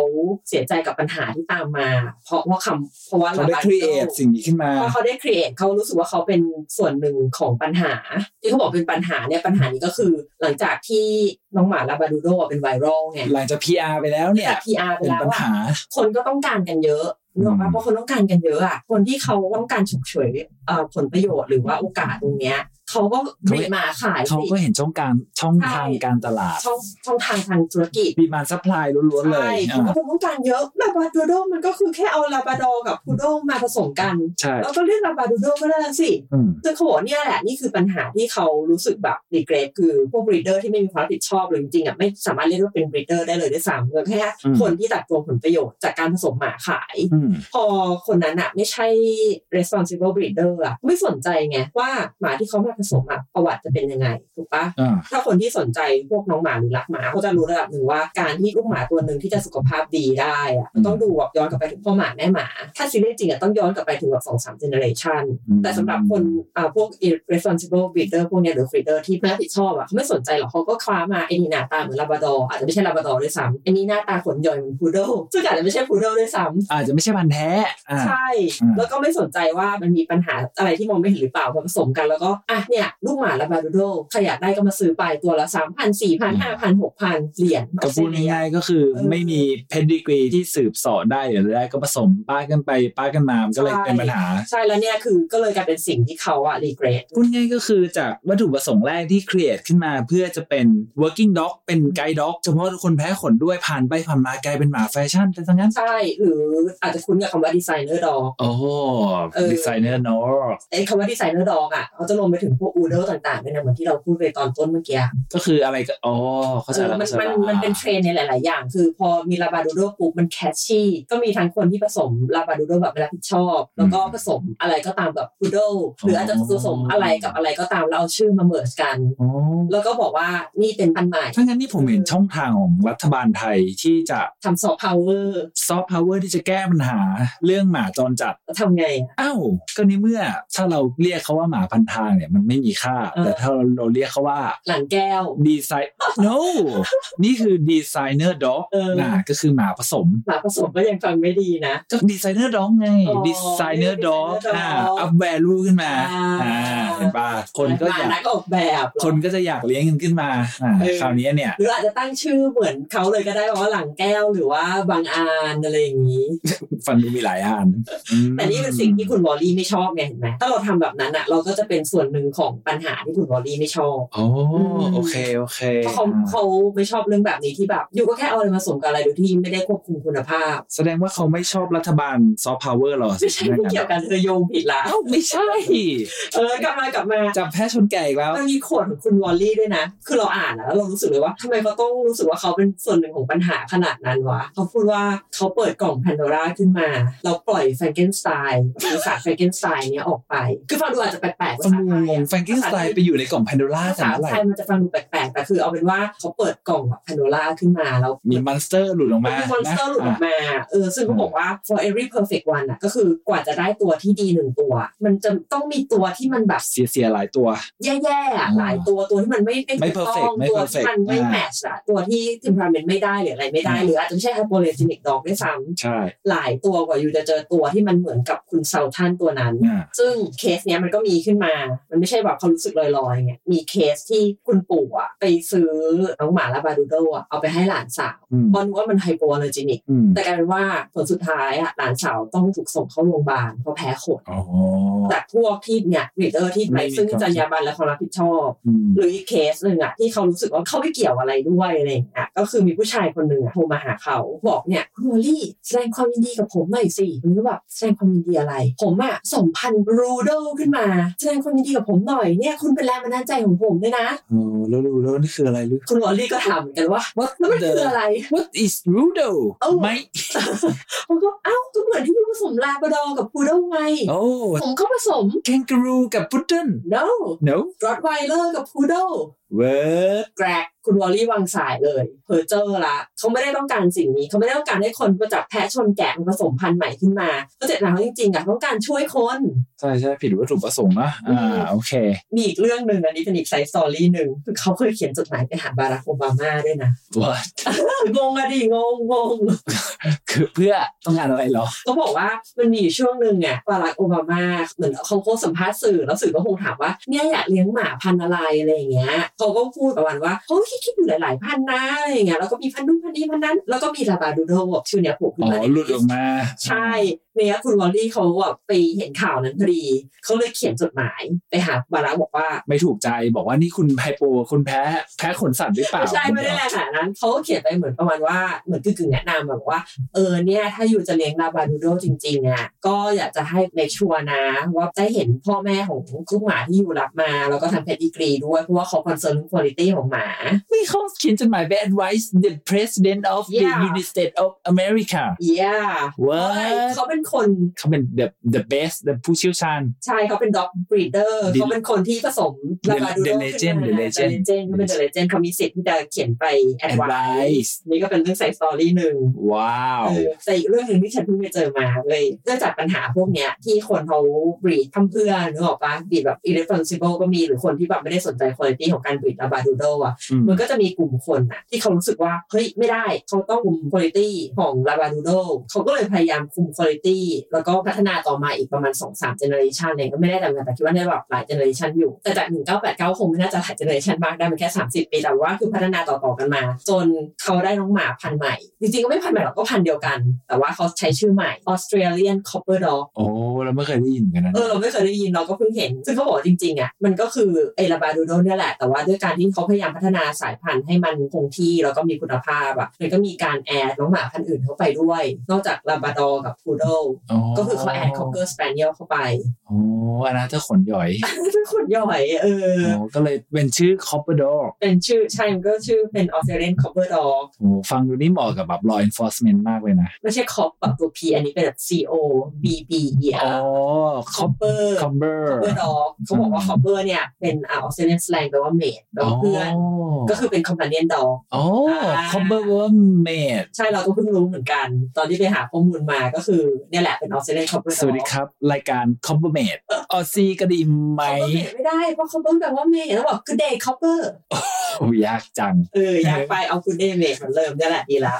Speaker 2: เสียใจกับปัญหาที่ตามมา เพราะว่าคำเพราะว่า
Speaker 4: เขาได้
Speaker 2: ลบ
Speaker 4: ครีเอทสิ่งนี้ขึ้นมา
Speaker 2: เพราะเขาได้ครีเอทเขารู้สึกว่าเขาเป็นส่วนหนึ่งของปัญหา ที่เขาบอกเป็นปัญหาเนี่ยปัญหานี้ก็คือ หลังจากที่น้องหมาลาบราดูโดอะเป็นไวรัลไง
Speaker 4: หลังจาก PR ไปแล้วเนี่ย
Speaker 2: แต่ PR ไป
Speaker 4: เป็น
Speaker 2: แล้ว
Speaker 4: ปัญ
Speaker 2: อะ
Speaker 4: หา
Speaker 2: คนก็ต้องการกันเยอะนึกออกปะ
Speaker 4: อืม
Speaker 2: เพราะคนต้องการกันเยอะอ่ะ คนที่เขาต้องการฉกฉวยเอ่อผลประโยชน์หรือว่าโอกาสตรงเนี้ยเขาก็บีบมาขาย
Speaker 4: เขา
Speaker 2: สิ
Speaker 4: ก็เห็นช่องการช่องทางการตลาด
Speaker 2: ช่องช่องทางทางธุรกิจ
Speaker 4: ปีมาซัพพลายล้วนๆเล
Speaker 2: ใช่
Speaker 4: ย
Speaker 2: เขาก็ต้องการเยอะลาบาดูโดมันก็คือแค่เอาลาบาดอกับพูโดมาผสมกัน
Speaker 4: ใช่
Speaker 2: แล้วก็เรียกลาบาดูโดก็ได้แล้วสิ
Speaker 4: อืม
Speaker 2: ซึ่งเขาบอกว่าเนี่ยแหละนี่คือปัญหาที่เขารู้สึกแบบดีเกรดคือพวกบริเดอร์ที่ไม่มีความรับผิดชอบหรือจริงๆอ่ะไม่สามารถเรียกว่าเป็นบริเดอร์ได้เลยด้วยซ้ำก็แค่คนที่ตัดตวงผลประโยชน์จากการผสมหมาขาย
Speaker 4: อืม
Speaker 2: พอคนนั้นอะไม่ใช่ responsible breeder อะไม่สนใจไงว่าหมาที่เขามาผสมอะประวัติจะเป็นยังไงถูกปะ
Speaker 4: อ่า
Speaker 2: ถ้าคนที่สนใจพวกน้องหมาหรือรักหมาเขาจะรู้ระดับหนึ่งว่าการที่ลูกหมาตัวหนึ่งที่จะสุขภาพดีได้อะมันต้องดูแบบย้อนกลับไปถึงพ่อหมาแม่หมา ถ้าซีเรียสจริงอะต้องย้อนกลับไปถึงแบบสองสามเจเนอเรชันแต่สำหรับคนอ่าพวก irresponsible breeder พวกเนี้ยหรือ breeder ที่ไม่รับผิดชอบอะเขาไม่สนใจหรอกเขาก็คว้ามาไอ้นี่หน้าตาเหมือนลาบราดอร์อาจจะไม่ใช่ลาบราดอร์ด้วยซ้ำไอ้นี่หน้าตาขนย่อยเหมือนพูเดิลซึ่งอาจจะไม่ใช่พูเดิลด้วยซ้ำ
Speaker 4: อาจจะไม่ใช่พันธุ์แท้อ่า
Speaker 2: ใช่
Speaker 4: อ่า
Speaker 2: แล้วก็ไม่สนใจว่ามันมีปัญหาอะไรที่มองไม่เห็นหรือเปล่ามาผสมกันแล้วก็ อ่ะเนี่ยลูกหมาลาบราดูโดใครอยากได้ก็มาซื้อไปตัวละสามพันสี่พันห้าพันหกพันเหรียญ
Speaker 4: ก็พูดง่ายๆก็คือไม่มีเพนดีกรีที่สืบเสอได้หรืออะไรก็ผสมป้ากันไปป้ากันมามันก็เลยเป็นปัญหา
Speaker 2: ใช่แล้วเนี่ยคือก็เลยกลายเป็นสิ่งที่เขาอะรีเกรส
Speaker 4: พูดง่ายๆก็คือจากวัตถุประสงค์แรกที่ create ขึ้นมาเพื่อจะเป็น working dog เป็น guide dog เฉพาะคนแพ้ขนด้วยผ่านไปผ่านมากลายเป็นหมาแฟชั่นแต่ทั้งนั้น
Speaker 2: ใช่ หรืออาจจะคุ้นกับคำว่าดีไซเนอร์ดอก
Speaker 4: โอ้
Speaker 2: เออ
Speaker 4: ดีไซเนอร์เนอะ
Speaker 2: ไอ้คำว่าดีไซเนอร์ดอกอะเขาจะรวมไปถึงพวกอูเดอร์ต่างๆด้วยนะเหมือนที่เราพูดไปตอนต้นเมื่อกี้
Speaker 4: ก็คืออะไรก็อ๋อเข้าใจ
Speaker 2: เออ
Speaker 4: แล้ว
Speaker 2: มัน
Speaker 4: เข้า
Speaker 2: มัน
Speaker 4: ใจแล้ว
Speaker 2: มันเป็นเทรนด์ในหลาย ๆ อย่าง คือพอมีลาบราดูโดปุ๊บมันแคชชี่ ก็มีทั้งคนที่ผสมลาบราดูโดแบบไม่รับผิดชอบ แล้วก็ผสมอะไรก็ตามแบบพุดเดิลหรืออาจจะผสมอะไรกับอะไรก็ตามแล้วเอาชื่อมาเมิร์กัน
Speaker 4: อ๋อ
Speaker 2: แล้วก็บอกว่านี่เป็นพันธุ์ใหม่
Speaker 4: ถ้างั้นนี่ผมเห็นช่องทางของรัฐบาลไทยที่จะ
Speaker 2: ทำซอฟต์พาวเวอร์
Speaker 4: ซอฟต์พาวเวอร์ที่จะแก้ปัญหาเรื่องหมาจรจัด
Speaker 2: ทำไงอะ
Speaker 4: อ้าว ก็ในเมื่อถ้าเราเรียกเขาว่าหมาพันทางเนี่ย มัน ไม่มีค่า
Speaker 2: เออ
Speaker 4: แต่ถ้าเราเรียกเขาว่า
Speaker 2: หลังแก้ว
Speaker 4: ดีไซน์ no นี่คือดีไซเนอร์ด็อก
Speaker 2: เออ
Speaker 4: นะก็คือหมาผสม
Speaker 2: หมาผสมก็ยังฟังไม่ดีนะ
Speaker 4: ก็ดีไซเนอร์ด็อกไง
Speaker 2: อ๋อ
Speaker 4: ดีไซเนอร์ด็อกอ่า
Speaker 2: designer dog
Speaker 4: อัพแวลูขึ้นมา
Speaker 2: อ่า
Speaker 4: อ่าเห็นปะคนก็อยาก
Speaker 2: หมนักออกแบบเหรอ
Speaker 4: คนก็จะอยากเลี้ยงกันขึ้นมาอ่า
Speaker 2: เออ
Speaker 4: คราวนี้เนี่ย
Speaker 2: หรืออาจจะตั้งชื่อเหมือนเขาเลยก็ได้ว่าหลังแก้วหรือว่าบางอานอะไรอย่างนี้
Speaker 4: ฟันดูมีหลายอันอืม
Speaker 2: แต่นี่เป็นสิ่งที่คุณวอลลี่ไม่ชอบไงเห็นไหมถ้าเราทำแบบนั้นอะเราก็จะเป็นส่วนหนึ่งของปัญหาที่คุณวอลลี่ไม่ชอบ
Speaker 4: โอ้โอเค โอเค
Speaker 2: เพราะเขาเขาไม่ชอบเรื่องแบบนี้ที่แบบ อยู่ก็แค่เอาอะไรมาสมกับอะไรโดยที่ไม่ได้ควบคุมคุณภาพ
Speaker 4: แสดงว่าเขาไม่ชอบรัฐบาลซอฟต์พาวเวอร์หรอ
Speaker 2: ไม่ใช่ไม่เกี่ยวกันเธอโยงผิดละ
Speaker 4: เอ้าไม่ใช่
Speaker 2: เออกลับมากลับมา
Speaker 4: จับแพ้ชนแก่อีกแล้ว
Speaker 2: มันมีโขดของคุณวอลลี่ด้วยนะ คือเราอ่านแล้วเรารู้สึกเลยว่าทำไมเขาต้องรู้สึกว่าเขาเป็นส่วนหนึ่งของปัญหาขนาดนั้นวะเขาพูดว่าเขาเปิดกล่องพันโดราขึ้นมาเราปล่อยแฟรงเกนสไตน์ปีศาจแฟรงเกนสไตน์เนี้ยออกไป คือฟังดูอาจจะแปลกๆ
Speaker 4: ฟั
Speaker 2: ภาง ษา
Speaker 4: ดู
Speaker 2: ไทย
Speaker 4: งง
Speaker 2: อะ
Speaker 4: แฟรงเกนสไตน์ไปอยู่ในกล่องแพนโดร่า
Speaker 2: ภา
Speaker 4: แต่
Speaker 2: ษา
Speaker 4: เมื่อไหร่
Speaker 2: ไทยมันจะฟังดูแปลกๆ แต่คือเอาเป็นว่าเขาเปิดกล่องแบบพันโดล่าขึ้นมาแล้ว
Speaker 4: มีมอนสเตอร์หลุดออกมา
Speaker 2: มีมอนสเตอร์หลุดออก
Speaker 4: นะ
Speaker 2: มา เออ ซึ่งเขาบอกว่า for every perfect one อ่ะ ก็คือกว่าจะได้ตัวที่ดีหนึ่งตัว มันจะต้องมีตัวที่มันแบบ
Speaker 4: เสียเสียหลายตัว
Speaker 2: แย่ๆอะหลายตัว ตัวที่มันไม่
Speaker 4: ไม่
Speaker 2: ถูก
Speaker 4: perfect
Speaker 2: ต้อง
Speaker 4: ไม่
Speaker 2: ตัว
Speaker 4: perfect
Speaker 2: ที่มันไม่
Speaker 4: อ่า
Speaker 2: แมทช์อะตัวที่ temperament ไม่ได้หรืออะไรไม่ได้ หรืออาจจะไม่ใช่ hypoallergenic dog ด้วยซ้
Speaker 4: ใช่
Speaker 2: ำหลายตัวกว่าอยู่จะเจอตัวที่มันเหมือนกับคุณเซาท่านตัวนั้น
Speaker 4: อ่า
Speaker 2: ซึ่งเคสเนี้ยมันก็มีขึ้นมา มันไม่ใช่แบบเขารู้สึกลอยๆไง มีเคสที่คุณปู่อะไปซื้อน้องหมาลาบราดูโดอะเอาไปให้หลานสาว
Speaker 4: อืม
Speaker 2: บอลว่ามันไฮโปอ l ลอร์จินิก
Speaker 4: อืม
Speaker 2: แต่กลายเป็นว่าผลสุดท้ายอะหลานสาวต้องถูกส่งเข้าโรงพยาบาลเพราะแพ้ขน
Speaker 4: อ๋อ
Speaker 2: แต่พวกที่เนี่ยรีเดอร์ที่ไป
Speaker 4: ไม่มี
Speaker 2: ซึ่ง
Speaker 4: ความ
Speaker 2: จรรยาบรรณและความรับผิดชอบ
Speaker 4: อืม
Speaker 2: หรืออีกเคสหนึ่งอะที่เขารู้สึกว่าเขาไม่เกี่ยวอะไรด้วยอะไรอย่างเงี้ยก็คือมีผู้ชายคนหนึ่งอะโทรมาหาเขาบอกเนี่ยคุณวอลลี่แสดงความยินดีกับผมหน่อยสิหรือแบบแสดงความยินดีอะไร ผมอะส่งพันธุ์บรูโดขึ้นมา แสดงความยินดีกับผมหน่อยเนี่ยคุณเป็นแรงบันดาลใจของผมด้วยนะ
Speaker 4: โอ้แล้วดูแล้วนี่คืออะไรลูก
Speaker 2: คุณวอลลี่ก็ถามเหมือนกันว่า
Speaker 4: What
Speaker 2: แล้วมัน
Speaker 4: the
Speaker 2: คืออะไร *laughs*
Speaker 4: What is Rudo
Speaker 2: เอ้า
Speaker 4: ไม่
Speaker 2: เขาก็เอ้าก็เหมือนที่ผสมลาบราดอร์กับพูโดไง
Speaker 4: โอ้
Speaker 2: ผมก็ผสม
Speaker 4: แคนการูกับพุดเดิ้ล
Speaker 2: no
Speaker 4: no
Speaker 2: รอดไวเลอร์กับพูโด
Speaker 4: เวิร์ด
Speaker 2: แกรกคุณวอลลี่วางสายเลยเพอเจอร์ละเขาไม่ได้ต้องการสิ่งนี้ เขาไม่ได้ต้องการให้คนประจับแพะชนแกะมันผสมพันธุ์ใหม่ขึ้นมาเพราะเจตนาเขาจริงๆอะต้องการช่วยคน
Speaker 4: ใช่ใช่ผิดวัตถุประสงค์นะ
Speaker 2: อื
Speaker 4: อ่าม โอเค
Speaker 2: มีอีกเรื่องหนึ่งอันนี้เป็นอีกไซส์สตอรี่หนึ่งคือเขาเคยเขียนจดหมายไปหาบารักโอบามาด้วยนะ
Speaker 4: what
Speaker 2: งงอะดิงงงง
Speaker 4: คือเพื่อต้องการอะไรเหรอ
Speaker 2: เขาบอกว่ามันมีอยู่ช่วงหนึ่งอะบารักโอบามาเหมือนเขาโพสต์สัมภาษณ์สื่อแล้วสื่อก็คงถามว่าเนี่ยอยากเลี้ยงหมาพันธุ์อะไรอะไรอย่างเงี้ยเขาก็พูดประมาณว่าเขาคิดคิดๆอยู่หลายๆพันธุ์นะอะไรอย่างเงี้ยแล้วก็มีพันธุ์นู้นพันธุ์นี้พันธุ์นั้น แล้วก็มีลาบราดูโดชื่อเนี่ยโผล่ขึ้น
Speaker 4: อ๋อ
Speaker 2: มาใน
Speaker 4: หลุดออกมา
Speaker 2: ใช่เนี่ยคุณวอลลี่เขาแบบไปเห็นข่าวนั้นพอดี เขาเลยเขียนจดหมายไปหาบารักบอกว่า
Speaker 4: ไม่ถูกใจบอกว่านี่คุณไฮโปคุณแพ้ แพ้ขนสัตว์หรือเปล่า
Speaker 2: ไม่ใช่ไม่ได้แรงขนาดนั้นเขาก็เขียนไปเหมือนประมาณว่าเหมือนกึ่งๆแนะนำแบบว่าเออเนี่ยถ้าอยู่จะเลี้ยงลาบราดูโดจริงๆอ่ะก็อยากจะให้ในชัวร์นะ ว่าได้เห็นพ่อแม่ของลูกหมาที่อยู่รับมา แล้วก็ทำเพดดีกรีด้วยเพราะว่าเขาคอนเซิร์นเรื่องคุณภาพของหมา
Speaker 4: นี่เขาเขียนจดหมายไป advise the president of the
Speaker 2: Yeah.
Speaker 4: United States of America
Speaker 2: เย่
Speaker 4: What?
Speaker 2: เขาเป็นคน
Speaker 4: เขาเป็น the the best the ผู้เชี่ยวชาญ
Speaker 2: ใช่เขาเป็นด็อกบรีเดอร์
Speaker 4: ดิ
Speaker 2: เขาเป็นคนที่ผสมลาบราดูโด
Speaker 4: The
Speaker 2: ขึ้นมา
Speaker 4: Legend The Legend
Speaker 2: เจนเขาเป็นเดอะเลเจนเขามีสิทธิ์ที่จะเขียนไปแอดวาน
Speaker 4: advice
Speaker 2: นี่ก็เป็นเรื่องใส่สตอรี่หนึ่ง
Speaker 4: ว้าว
Speaker 2: เออแต่อีกเรื่องหนึ่งที่ฉันเพิ่งไปเจอมาเลยเนื่องจากปัญหาพวกเนี้ยที่คนเขาบีดทำเพื่อนนึกออกปะบีดแบบ irresponsible ก็มีหรือคนที่แบบไม่ได้สนใจคุณภาพของการบีดลาบาดูโดอ่ะ มันก็จะมีกลุ่มคนนะที่เขารู้สึกว่า เฮ้ย ไม่ได้เขาต้องคุมคุณภาพของลาบาดูโดเขาก็เลยพยายามคุมคุณภาพแล้วก็พัฒนาต่อมาอีกประมาณ 2 3เจเนอเรชันเองก็ไม่ได้แต่แต่คิดว่าได้แบบหลายเจเนอเรชันอยู่ แต่จาก 1989 คงไม่น่าจะหลายเจเนอเรชันมากได้มันแค่ 30 ปีแต่ว่าคือพัฒนาต่อๆกันมา จนเขาได้น้องหมาพันธุ์ใหม่ จริงๆ ก็ไม่พันธุ์ใหม่หรอกก็พันธุ์เดียวกัน แต่ว่าเขาใช้ชื่อใหม่ Australian Copper Dog
Speaker 4: โอ้เราไม่เคยได้ยินกันนะ
Speaker 2: เออเราไม่เคยได้ยินเราก็เพิ่งเห็น ซึ่งเขาบอกว่าจริงๆอ่ะมันก็คือไอลาบราดูโดเนี่ยแหละ แต่ว่าด้วยการที่เขาพยายามพัฒนาสายพันธุ์ให้มันคงที่แล้วก็มีคุณภาพอ่ะมันก็มีการแอดน้องหมาพันธุ์อื่นเข้าไปด้วย นอกจากลาบราดอร์กับพูโดก็คือเขาแอดคอกเกอร์สเปเนียลเข้าไป
Speaker 4: โอ้อันนั้นถ้าขน
Speaker 2: *laughs*
Speaker 4: หย่อย
Speaker 2: เป็นคนย่อยเออ
Speaker 4: โอ้ก็เลยเป็นชื่อ Copper Dog
Speaker 2: เป็นชื่อใช่มันก็ชื่อเป็นออสเตรเลียนคอปเปอร์ดอก
Speaker 4: โอ้ฟังดูนี่เหมาะกับแบบ law enforcement มากเลยนะ
Speaker 2: ไม่ใช่คอปแบบตัว P อันนี้เป็นแบบ C O B B E
Speaker 4: อ๋อ
Speaker 2: R คอปเปอ
Speaker 4: Copper
Speaker 2: ร์
Speaker 4: Copper
Speaker 2: คอปเปอร์ดอกเขาบอกว่าคอปเปอร์เนี่ยเป็นออสเตรเลียนแสลงแปลว่าเมดแปลว่าเพื่อน ก็คือเป็นคอมพาเนียนดอง
Speaker 4: โอ้
Speaker 2: อ่า
Speaker 4: Copper w o r m m a d
Speaker 2: ใช่เราก็เพิ่งรู้เหมือนกัน ตอนที่ไปหาข้อมูลมาก็คือเนี่ยแหละเป็นออสเตรเลียนคอปเปอร์
Speaker 4: สวัสดีครับ รายการ Copper m a d ออซี่ก็ดีไหม
Speaker 2: เขาก็เปลี่ยนไม่ได้เพราะเขาเบิ้ลแบบว่าเมย์แล้วบอกคือเดย์คัพเปอร์
Speaker 4: โอ้ยากจัง
Speaker 2: เอออยากไปเอาคุณเดย์เมย์มันเริ่มนี่แหละดีละ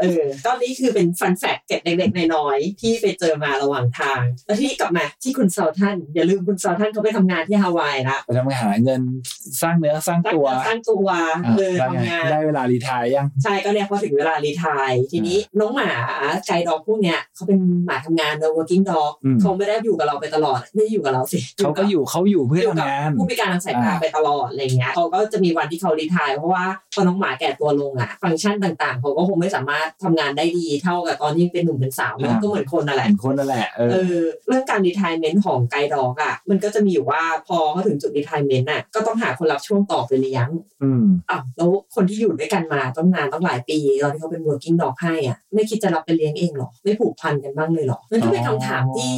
Speaker 2: เออตอนนี้คือเป็นฟันแฟกเก็บเล็กๆน้อยๆที่ไปเจอมาระหว่างทาง แล้วที่กลับมาที่คุณเซาท่านอย่าลืมคุณเซาท่านเขาไปทำงานที่ฮาวายละ
Speaker 4: ไปทำงานหาเงินสร้างเนื้อสร้าง
Speaker 2: ตั้ง
Speaker 4: ตัว
Speaker 2: ตัวตั้งตัวเออ
Speaker 4: อ่ะ
Speaker 2: ทำงาน
Speaker 4: ได้เวลารีไทายยัง
Speaker 2: ใช่ก็เนี่ยพอถึงเวลารีไทายทีนี้น้องหมาไก่ดอกพวกเนี้ยเขาเป็นหมาทำงานเนอะ working dog
Speaker 4: อืม
Speaker 2: เขาไม่ได้อยู่กับเราไปตลอดไม่ได้อยู่กับเราสิ
Speaker 4: เขาก็อยู่เขาอยู่เพื่อ
Speaker 2: อยู่
Speaker 4: ทำ
Speaker 2: กับ
Speaker 4: งาน
Speaker 2: ผู้พิการทางสายตา
Speaker 4: อ่า
Speaker 2: ไปตลอดอะไรเงี้ยเขาก็จะมีวันที่เขารีไทายเพราะว่าพอน้องหมาแก่ตัวลงอะฟังก์ชันต่างๆเขาก็คงไม่สามารถทำงานได้ดีเท่ากับตอนที่เป็นหนุ่มเป็นสาวมันก็เหมือนคนนั่นแหละ
Speaker 4: เห็นคนนั่นแหละเออ
Speaker 2: เออเรื่องการดีไทเมนต์ของไกด์ดอกอะมันก็จะมีอยู่ว่าพอเขาถึงจุดดีไทเมนต์น่ะก็ต้องหาคนรับช่วงต่อไปเลี้ยง
Speaker 4: อืม
Speaker 2: อ้าวแล้วคนที่อยู่ด้วยกันมาต้องนานต้องหลายปีตอนที่เขาเป็น working dog ให้อ่ะไม่คิดจะรับไปเลี้ยงเองหรอ ไม่ผูกพันกันบ้างเลยหรอนั่นก็เป็นคำถามที่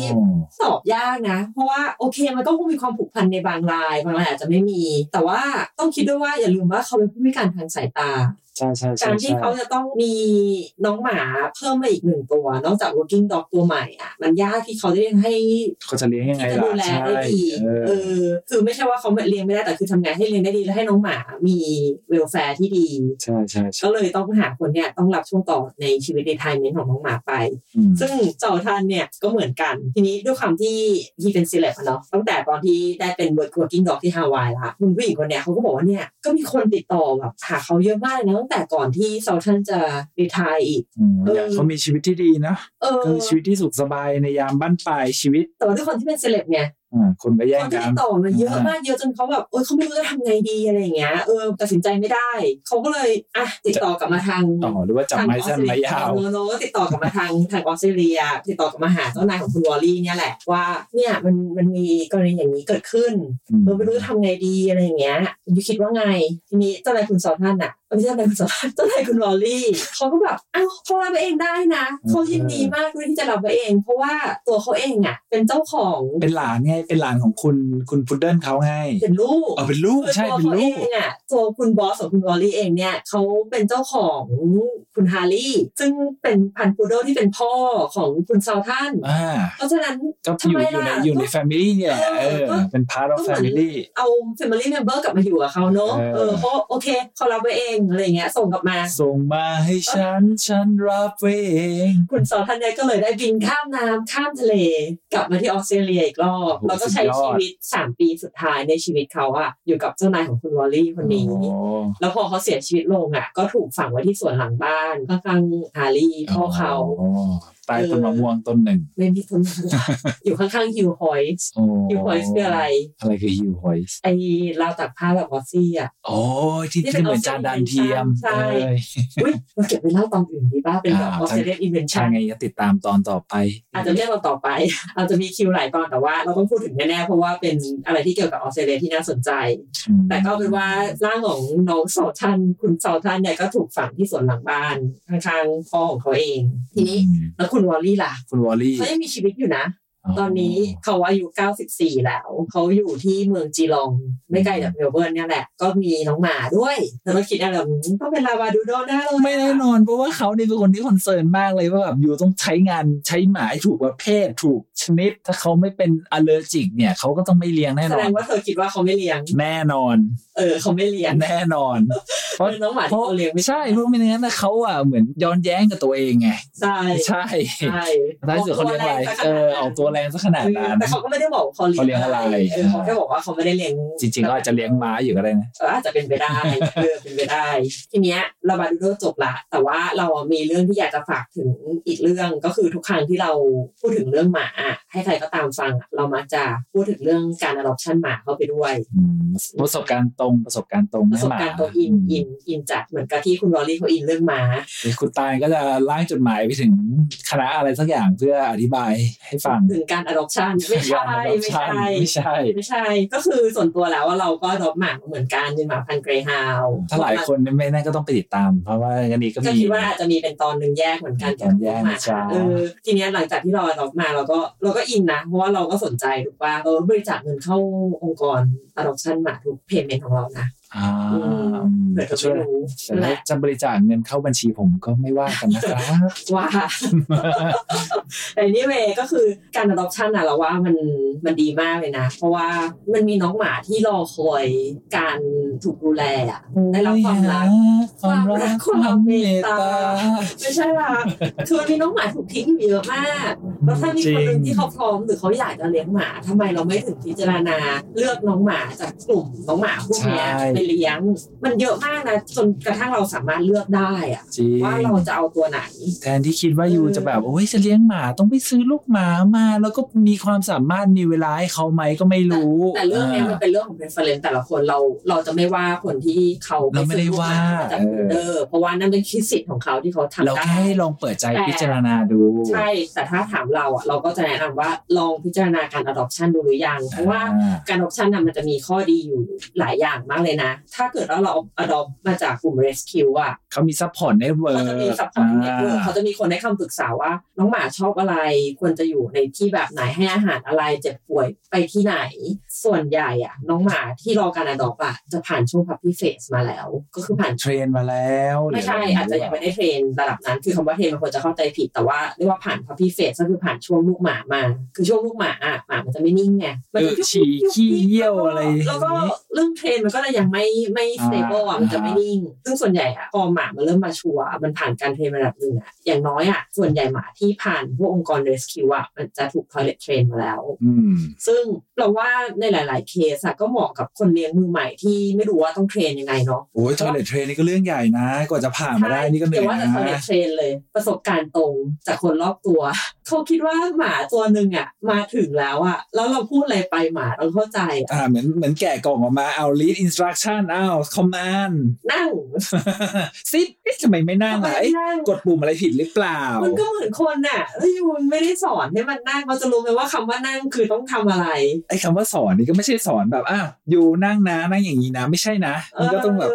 Speaker 2: ตอบยากนะ เพราะว่าโอเคมันก็คงมีความผูกพันในบางรายบางรายอาจจะไม่มี แต่ว่าต้องคิดด้วยว่าอย่าลืมว่าเขาเป็นผู้พิการทางสายตา
Speaker 4: ใช่ใช่ใช่
Speaker 2: การที่
Speaker 4: ใช่
Speaker 2: เขาจะต้องมีน้องหมาเพิ่มมาอีกหนึ่งตัวนอกจาก working dog ตัวใหม่อ่ะมันยากที่เขาจะให้
Speaker 4: เขาจะเลี้ยงยังไง
Speaker 2: ที่จะ
Speaker 4: ล่ะ
Speaker 2: ดูแล
Speaker 4: ใช่
Speaker 2: ได้ดี
Speaker 4: เออ
Speaker 2: เออ คือไม่ใช่ว่าเขาเลี้ยงไม่ได้ แต่คือทำงานให้เลี้ยงได้ดี แล้วให้น้องหมามีเวลแฟร์ที่ดี
Speaker 4: ใช่ใช่ใช่
Speaker 2: ก็เลยต้องหาคนเนี่ยต้องรับช่วงต่อในชีวิตในไทเมนของน้องหมาไป
Speaker 4: อืม
Speaker 2: ซึ่งเจ้าท่านเนี่ยก็เหมือนกัน ทีนี้ด้วยความที่ที่เป็นซีเลบเนาะ ตั้งแต่ตอนที่ได้เป็นเวิร์ดวอร์กิ้งดอกที่ฮาวายละคุณผู้หญิงคนเนี้ยเขาก็บอกว่าเนี่ย ก็มีคนติดต่อแบบหาเขาเยอะมากเลยนะตั้งแต่ก่อนที่เซาท่านจะรีไทายอีก
Speaker 4: อืม
Speaker 2: เอออ
Speaker 4: อยากเขามีชีวิตที่ดีนะ
Speaker 2: เออ
Speaker 4: ก็มีชีวิตที่สุขสบายในยามบั้นปลายชีวิต
Speaker 2: แต่ว่าด้วยคนที่เป็นซีเลบไง
Speaker 4: อ่าคนก็แย่ง
Speaker 2: เขา
Speaker 4: กั
Speaker 2: ติ
Speaker 4: น
Speaker 2: ดต่อมาเยอะ
Speaker 4: อ่าม
Speaker 2: มากเยอะจนเขาแบบเออเขาไม่รู้จะทำไงดีอะไรอย่างเงี้ยเออตัดสินใจไม่ได้เขาก็เลยอ่ะติดต่อกลับมาทาง
Speaker 4: ต่อหรือว่าจับ
Speaker 2: ทาง
Speaker 4: ไม้สั้นไม้ยาว
Speaker 2: ออสเตรเลีโนโนก็ติดต่อกลับมาทางทางออสเตรเลีย ติดต่อกลับมาหาเจ้านายของคุณวอลลี่เนี่ยแหละว่าเนี่ยมันมันมีกรณีอย่างนี้เกิดขึ้น
Speaker 4: อืม
Speaker 2: เราไม่รู้จะทำไงดีอะไรอย่างเงี้ยยูคิดว่าไงทีนี้เจ้านายคุณสอนท่านอ่ะไม่ใช่เจ้านายคุณสอนท่านเจ้านายคุณวอลลี่เขาก็แบบอ้าวเขารับไปเองได้นะเขายินดีมากด้วยที่จะรับไปเอง เพราะว่าตัวเขาเองอ่ะเป็นเจ้าของ
Speaker 4: เป็นหลานไงเป็นหลานของคุณคุณพุดเดิ้ลเขาไง
Speaker 2: เป็นลูก
Speaker 4: เออเป็นลูกใช่
Speaker 2: ตัว
Speaker 4: เป็น
Speaker 2: เขา
Speaker 4: ลู
Speaker 2: เอก งอ่ะตัวคุณบอสของคุณวอลลี่เองเนี่ยเขาเป็นเจ้าของคุณฮาร์ลี่ ซึ่งเป็นพันธุ์ปูโดที่เป็นพ่อของคุณซาวท่าน
Speaker 4: อ่า
Speaker 2: เพราะฉะนั้น
Speaker 4: ก็อยู่
Speaker 2: ทำไม
Speaker 4: อยู่ใน
Speaker 2: ล่ะ
Speaker 4: อยู่ในแฟมิลี่เนี่ยแหละ
Speaker 2: เอ
Speaker 4: เอ
Speaker 2: อ
Speaker 4: อ
Speaker 2: ก็
Speaker 4: เป็นพาร์ทของแฟมิลี่
Speaker 2: เอา Family Member กลับมาอยู่กับเขาเนอะ
Speaker 4: เอ
Speaker 2: เอ
Speaker 4: อ
Speaker 2: อเพราะโอเคเขารับไว้เองอะไรเงี้ยส่งกลับมา
Speaker 4: ส่งมาให้ฉัน ฉันรับไว้เอง
Speaker 2: คุณซาวท่านเนี่ยก็เลยได้บินข้ามน้ำข้ามทะเล กลับมาที่ออสเตรเลียอีกรอบ
Speaker 4: โอ้โห
Speaker 2: แล้วก็ใช้
Speaker 4: สุดยอด
Speaker 2: ชีวิตสามปีสุดท้ายในชีวิตเขาอะอยู่กับเจ้านายของคุณวอลลี่คนนี้
Speaker 4: โอ้
Speaker 2: แล้วพอเขาเสียชีวิตลงอ่ะ ก็ถูกฝังไว้ที่สวนหลังบ้านข้างๆฮารีพ่อเขา
Speaker 4: โอ้ใต้ต้นมะม่วงต้นหนึ่ง
Speaker 2: ไม่มีต้นไม้อยู่ข้างๆฮิวฮอยส์
Speaker 4: โอ้
Speaker 2: ฮิวฮอยส์คืออะไร
Speaker 4: อะไรคือฮิวหอยส์
Speaker 2: ไอ้ราวตักผ้าแบบวอสซี่อ่ะ
Speaker 4: โอ้ยที่
Speaker 2: ที่
Speaker 4: ที่เหมือนจานดานเทียม
Speaker 2: ใช่
Speaker 4: เอ้ย
Speaker 2: อุ้ยเราเก็บไว้เล่าตอนอื่นดีป่ะเป็นแบบอ
Speaker 4: อ่า
Speaker 2: อสเตรเลียนอินเวน
Speaker 4: ช่า
Speaker 2: ชั่น
Speaker 4: ไงก็ติดตามตอนต่อไป
Speaker 2: อาจจะเรียกเราต่อไป อาจจะมีคิวหลายตอนแต่ว่า เราต้องพูดถึงแน่ๆเพราะว่าเป็นอะไรที่เกี่ยวกับออสเตรเลียที่น่าสนใจ แต่ก็เอาเป็นว่าร่างของน้องสาวท่านคุณสาวท่านเนี่ยก็ถูกฝังที่สวนหลังบ้านข้างๆพ่อของเขาเองทีนี้แล้วคุณวอลลี่ล่ะ
Speaker 4: คุณวอลลี่
Speaker 2: เขายังมีชีวิตอยู่นะ ตอนนี้เขาอายุ 94 แล้ว เขาอยู่ที่เมืองจีลอง ไม่ไกลจากเมลเบิร์นเนี่ยแหละ ก็มีน้องหมาด้วยเธอก็คิดอะไรแบบอืมต้องเป็นลาวาดูโดแน่เลย
Speaker 4: ไม่แน่นอนเพราะว่าเขานี่เป็นคนที่คอนเซิร์นมากเลยว่าแบบอยู่ต้องใช้งานใช้หมาให้ถูกประเภทถูกชนิด ถ้าเขาไม่เป็นอ l เลอร์จิกเนี่ยเขาก็ต้องไม่เลี้ยงแน่
Speaker 2: แส
Speaker 4: นอ
Speaker 2: ด
Speaker 4: น
Speaker 2: งว่าเธอคิดว่าเขาไม่เลี้ยง
Speaker 4: แน่นอน
Speaker 2: เออ เขาไม่เลี้ยง
Speaker 4: แน่นอน เพราะ
Speaker 2: เป็นน้องหมา
Speaker 4: เพ
Speaker 2: ที่
Speaker 4: ราะ
Speaker 2: เขาเลี้ยงไม่
Speaker 4: ใช่เพราะไม่งั้นนะเขาอ่ะเหมือนย้อนแย้งกับตัวเองไง
Speaker 2: ใช่
Speaker 4: ใช่
Speaker 2: ใช่
Speaker 4: ท้ายสุดเขาเลี้ยงอะไรเออออกตัวแรงซะขนาดนั้น
Speaker 2: แต่เขาก็ไม่ได้บอกว่
Speaker 4: เขาเลี้ยงอะไร
Speaker 2: เออเขาแค่บอกว่าเขาไม่ได้เลี้ยง
Speaker 4: จริงๆก็อาจจะเลี้ยงม้าอยู่ก็ได้นะ
Speaker 2: เอออาจจะเป็นไปได้ *laughs* เออเป็นไปได้ ทีเนี้ยเราบาดูโดจบละ แต่ว่าเราอะมีเรื่องที่อยากจะฝากถึงอีกเรื่องก็คือทุกครั้งที่เราพูดถึงเรื่องหมาอะให้ใครก็ตามฟังอะเรามักจะพูดถึงเรื่องการ adoption หมาเข้าไปด้วย
Speaker 4: อืมประสบการณ์ตรงประสบการณ์ตรง
Speaker 2: ป
Speaker 4: แม่
Speaker 2: ระสบ
Speaker 4: หมา
Speaker 2: การณ์ตัวอินอินอินจัดเหมือนกับที่คุณวอลลี่เขาอินเรื่องหมา
Speaker 4: คุณตายก็จะล่างจดหมายไปถึงคณะอะไรสักอย่างเพื่ออธิบายให้ฟัง
Speaker 2: ถึงการ adoption ไม่
Speaker 4: *laughs*
Speaker 2: ใช่
Speaker 4: ไม่
Speaker 2: ไม่
Speaker 4: ใช่
Speaker 2: ใช่
Speaker 4: ไม่ใช่
Speaker 2: ไม่ใช่ ก็คือส่วนตัวแล้วว่าเราก็ adopt หมาเหมือนกันเป็นหมาพันธุ์เกรฮาว
Speaker 4: ถ้าหลายคนไม่แน่ก็ต้องไปติดตาม เพราะว่าอันนี้ก็
Speaker 2: ก็
Speaker 4: มี
Speaker 2: คิดว่าอาจจะมีเป็นตอนหนึ่งแยกเหมือนกัน
Speaker 4: ตอนแยกนะ
Speaker 2: มา
Speaker 4: จ๊ะ
Speaker 2: เออทีเนี้ยหลังจากที่เราออกมาเราก็เราก็อินนะ เพราะว่าเราก็สนใจถูกว่าเราบริจาคเงินเข้าองค์กร adoption มาทุก payment ของเรานะ
Speaker 4: อ่า
Speaker 2: เผื่อจะ
Speaker 4: ช่วย
Speaker 2: ไม่รู้
Speaker 4: แต่ถ้าจะบริจาคเงินเข้าบัญชีผมก็ไม่ว่ากันนะครับ
Speaker 2: ว่า แต่นี่เวก็คือการ adoption อะเราว่ามันมันดีมากเลยนะ เพราะว่ามันมีน้องหมาที่รอคอยการถูกดูแลอะได้รับความรัก
Speaker 4: ความรักความเมตตา
Speaker 2: ไม่ใช่ละคือมีน้องหมาถูกทิ้งอยู่เยอะมาก แล้วถ้ามีคนหนึ่งที่เขาพร้อมหรือเขาอยากจะเลี้ยงหมาทำไมเราไม่ถึงพิจารณาเลือกน้องหมาจากกลุ่มน้องหมาพวกเนี้ย
Speaker 4: ใช่
Speaker 2: ไปเลี้ยง มันเยอะมากนะจนกระทั่งเราสามารถเลือกได้อะ
Speaker 4: จริง
Speaker 2: ว่าเราจะเอาตัวไหน
Speaker 4: แทนที่คิดว่ายู
Speaker 2: เออ
Speaker 4: จะแบบโอ้ยจะเลี้ยงหมาต้องไปซื้อลูกหมามา แล้วก็มีความสามารถมีเวลาให้เขาไหมก็ไม่รู้
Speaker 2: แต่เรื่องเนี้ยมันเป็นเรื่องของ preference แต่ละคนเราเราจะไม่ว่าคนที่เขา
Speaker 4: เราไม่ได้ว่า
Speaker 2: แต่
Speaker 4: เออ
Speaker 2: เออเพราะว่านั่นเป็นคิดสิทธิ์ของเขาที่เขาทำได้
Speaker 4: เราแค่ให้ลองเปิดใจ
Speaker 2: แต่
Speaker 4: พิจารณาดู
Speaker 2: ใช่ แต่ถ้าถามเราอ่ะเราก็จะแนะนำว่าลองพิจารณาการ adoption ดูหรือยัง เพราะว่า
Speaker 4: อ่
Speaker 2: การ adoption น่ะมันจะมีข้อดีอยู่หลายอย่างมากเลยนะ ถ้าเกิดว่าเรา adopt มาจากกลุ่ม rescue อ่ะ
Speaker 4: เขามีซัพพอร์ตเน็ตเวิร์
Speaker 2: เขา
Speaker 4: ก
Speaker 2: จะมี support network เขาจะมีคนให้คำปรึกษาว่า น้องหมาชอบอะไร ควรจะอยู่ในที่แบบไหนให้อาหารอะไรเจ็บป่วยไปที่ไหน ส่วนใหญ่อ่ะ น้องหมาที่รอการ adopt อ่ะจะผ่านช่วง puppy phase มาแล้ว ก็คือผ่าน
Speaker 4: เทรนมาแล้ว
Speaker 2: ไม่ใช่
Speaker 4: หรื
Speaker 2: อาจจะยังไม่ได้เทรนระดับนั้น คือคำว่าเทรนบางคนจะเข้าใจผิดแต่ว่าเรียกว่าผ่านพับพี่เฟสก็คือผ่านช่วงลูกหมามา คือช่วงลูกหมาอ่ะหมามันจะไม่นิ่งไงมั
Speaker 4: เอ
Speaker 2: จะ
Speaker 4: อฉี่ขี้เยี่ยวอะไรอย่าง
Speaker 2: แล้วก็
Speaker 4: นี้
Speaker 2: เรื่องเทรนมันก็เลยยังไม่ไม่สเตเบิลอ่ะ
Speaker 4: อ่ามั
Speaker 2: มันจะไม่นิ่ง ซึ่งส่วนใหญ่อ่ะพอหมามันเริ่มมาชัวร์มันผ่านการเทรนระดับหนึ่งอ่ะอย่างน้อยอ่ะส่วนใหญ่หมาที่ผ่านพวกองค์กรเรสคิวอ่ะมันจะถูกทอยเลทเทรนมาแล้ว
Speaker 4: ืม
Speaker 2: ซึ่งเราว่าในหลาย ๆ เคสอะก็เหมาะกับคนเลี้ยงมือใหม่ที่ไม่รู้ว่าต้องเทรนยังไงเนาะ
Speaker 4: โอ้ยทอยเลทเทรนนี่ก็เรื่องใหญ่นะ กว่าจะผ่านมาได้นี่ก็เหนื่อย
Speaker 2: เดี๋ยวว่า
Speaker 4: นะ
Speaker 2: จะคอนเนคเทรนเลย ประสบการณ์ตรงจากคนรอบตัว เขาคิดว่าหมาตัวหนึ่งอ่ะ มาถึงแล้วอ่ะ แล้วเราพูดอะไรไปหมาต้องเข้าใจอะ
Speaker 4: อ่าเหมือนเหมือนแกะกล่องออกมาเอา lead instruction เอา command *laughs*
Speaker 2: นั่ง
Speaker 4: ซิดเอ๊ะทำไมไม่นั่ง
Speaker 2: ทำไม
Speaker 4: อ่ะ
Speaker 2: ไม่
Speaker 4: เอ๊ะ
Speaker 2: นั่ง
Speaker 4: กดปุ่มอะไรผิดหรือเปล่า
Speaker 2: มันก็เหมือนคนน่ะแล้วยูมันไม่ได้สอนให้มันนั่งเขาจะรู้ไหมว่าคำว่านั่งคือต้องทำอะไร
Speaker 4: ไอ้คำว่าสอนนี่ก็ไม่ใช่สอนแบบอ่ะอยู่นั่งนะนั่งอย่างนี้นะ ไม่ใช่นะ
Speaker 2: เอ
Speaker 4: มัน
Speaker 2: อ
Speaker 4: ก็ต้องแบบ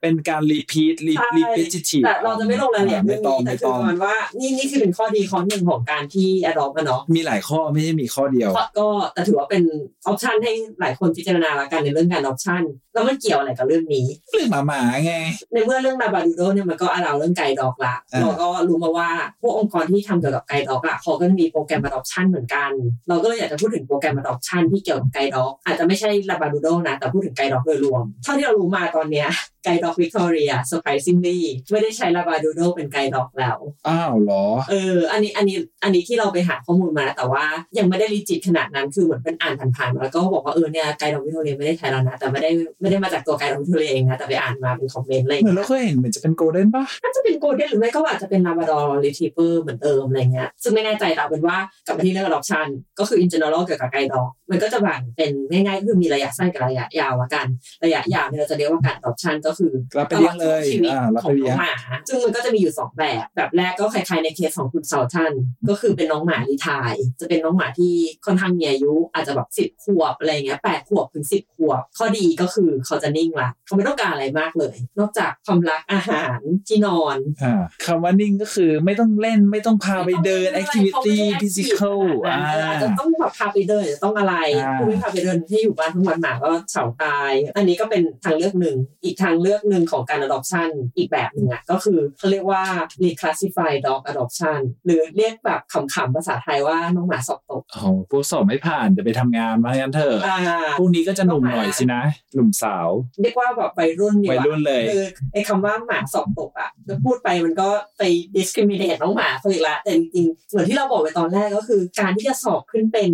Speaker 4: เป็นการ repeat
Speaker 2: ใช่
Speaker 4: re- repetitive
Speaker 2: แต่เราจะไม่ลงรายละเอียดเรื่
Speaker 4: ไม่
Speaker 2: อง
Speaker 4: ต้อง
Speaker 2: นี้แต่คือ
Speaker 4: ไม่ต้อง
Speaker 2: ประมันว่า นี่นี่คือเป็นข้อดีข้อหนึ่งของการที่แอดอปนะเนาะ
Speaker 4: มีหลายข้อไม่ใช่มีข้อเดียว
Speaker 2: ก็แต่ถือว่าเป็นออปชันให้หลายคนพิจารณาละกันในเรื่องการออปชันแล้วมันเกี่ยวอะไรกับเรื่องนี้
Speaker 4: เรื่องหมาหมาๆไง
Speaker 2: ในเมื่อเรื่องลาบาดูโดเนี่ยมันก็อาราเรื่องไกด์ด็อกละ
Speaker 4: อ่า
Speaker 2: เราก็รู้มาว่าพวกองค์กรที่ทำเกี่ยวกับไกด์ด็อกอะเขาก็มีโปรแกรม adoption เหมือนกัน เราก็เลยอยากจะพูดถึงโปรแกรม adoption ที่เกี่ยวกับไกด์ด็อกอาจจะไม่ใช่ลาบาดูโดนะ แต่พูดถึงไกด์ด็อกโดยรวม เท่าที่เรารู้มาตอนเนี้ยไกด์ด็อกวิกตอเรีย surprisingly ไม่ได้ใช้ลาบาดูโดเป็นไกด์ด็อกแล้ว
Speaker 4: อ้าวเหรอ
Speaker 2: เออ อันนี้ อันนี้ อันนี้ที่เราไปหาข้อมูลมานะแต่ว่ายังไม่ได้รีจิตขนาดนั้น คือเหมือนเป็นอ่านผ่านๆมาแล้วก็บอกว่า เออ เนี่ย ไกด์ดอกวิโทเรียไม่ได้ใช้แล้วนะ แต่ไม่ได้ ไม่ได้มาจากตัวไกด์ดอกวิโทเรียเองนะ แต่ไปอ่านมาเป็นคอมเมนต์อะไรอย่าง
Speaker 4: เหมือน
Speaker 2: เงี้ย
Speaker 4: เราเคยเห็นเหมือนจะเป็นโกลเด้นป่ะ
Speaker 2: น่าจะเป็นโกลเด้นหรือไม่ก็อาจจะเป็นลาบ r าดอร์รีท i เ v อร์เหมือนเดิมอะไรเงี้ย ซึ่งไม่แน่ใจแต่เอาเป็นว่ากลับมาที่เรื่อง adoption ก็คือ in general เกี่ยวกับไกด์ดอกมันก็จะแบ่งเป็นง่ายๆก็คือมีระยะสั้นกับระยะยาวละกัน ระยะยาวเนี่ยเราจะเรียกว่าการ adoption ก็คือ
Speaker 4: รับไปเลี้ยงเลย
Speaker 2: ตอดชีวิต
Speaker 4: อ่า รับ
Speaker 2: ของ
Speaker 4: ไปเลี้
Speaker 2: น้
Speaker 4: ย
Speaker 2: อง งหมา ซึ่งมันก็จะมีอยู่สองแบบ แบบแรกก็คล้ายๆในเคสของคุณเซาทันก็คือเป็นน้องหมารีไทาย จะเป็นน้องหมาที่ค่อนข้างมีอายุ อาจจะแบบสิบขวบอะไรเงี้ยแปดขวบถึงสิบขวบ ข้อดีก็คือเขาจะนิ่งละเขาไม่ต้องการอะไรมากเลย นอกจากความรักอาหารที่นอน
Speaker 4: อ่าคำว่านิ่งก็คือไม่ต้องเล่นไม่ต้องพาไปเดิน
Speaker 2: ม่ต้ง
Speaker 4: activity
Speaker 2: ไม่ต้อง
Speaker 4: physical
Speaker 2: ขนาดนั้นเออ
Speaker 4: อ่า
Speaker 2: อาจจะต้องแบบพาไปเดินหรือต้องอะไร
Speaker 4: อ่า
Speaker 2: คุณไม่พาไปเดินที่อยู่บ้านทั้งวันหมาก็เฉาตาย อันนี้ก็เป็นทางเลือกหนึ่ง อีกทางเลือกหนึ่งของการ adoption อีกแบบหนึ่งอ่ะก็คือเขาเรียกว่า reclassify dog adoption หรือเรียกแบบขำๆภาษาไทยว่าน้องหมาสอบตก
Speaker 4: โอ้โหพวกสอบไม่ผ่านเดี๋ยวไปทำงานมางั้นเถอะ
Speaker 2: อ่า
Speaker 4: พวกนี้ก็จะหนุ่มหน่อยสินะ หนุ่มสาว
Speaker 2: เรียกว่าแบบวัยรุ่นดีก
Speaker 4: วัย
Speaker 2: ว่า
Speaker 4: รุ่นเลย
Speaker 2: คือไอ้คำว่าหมาสอบตกอ่ะแล้วพูดไปมันก็ไป discriminate น้องหมาเขาอีกละแต่จริงๆ เหมือนที่เราบอกไปตอนแรกก็คือ การที่จะสอบขึ้นเป็น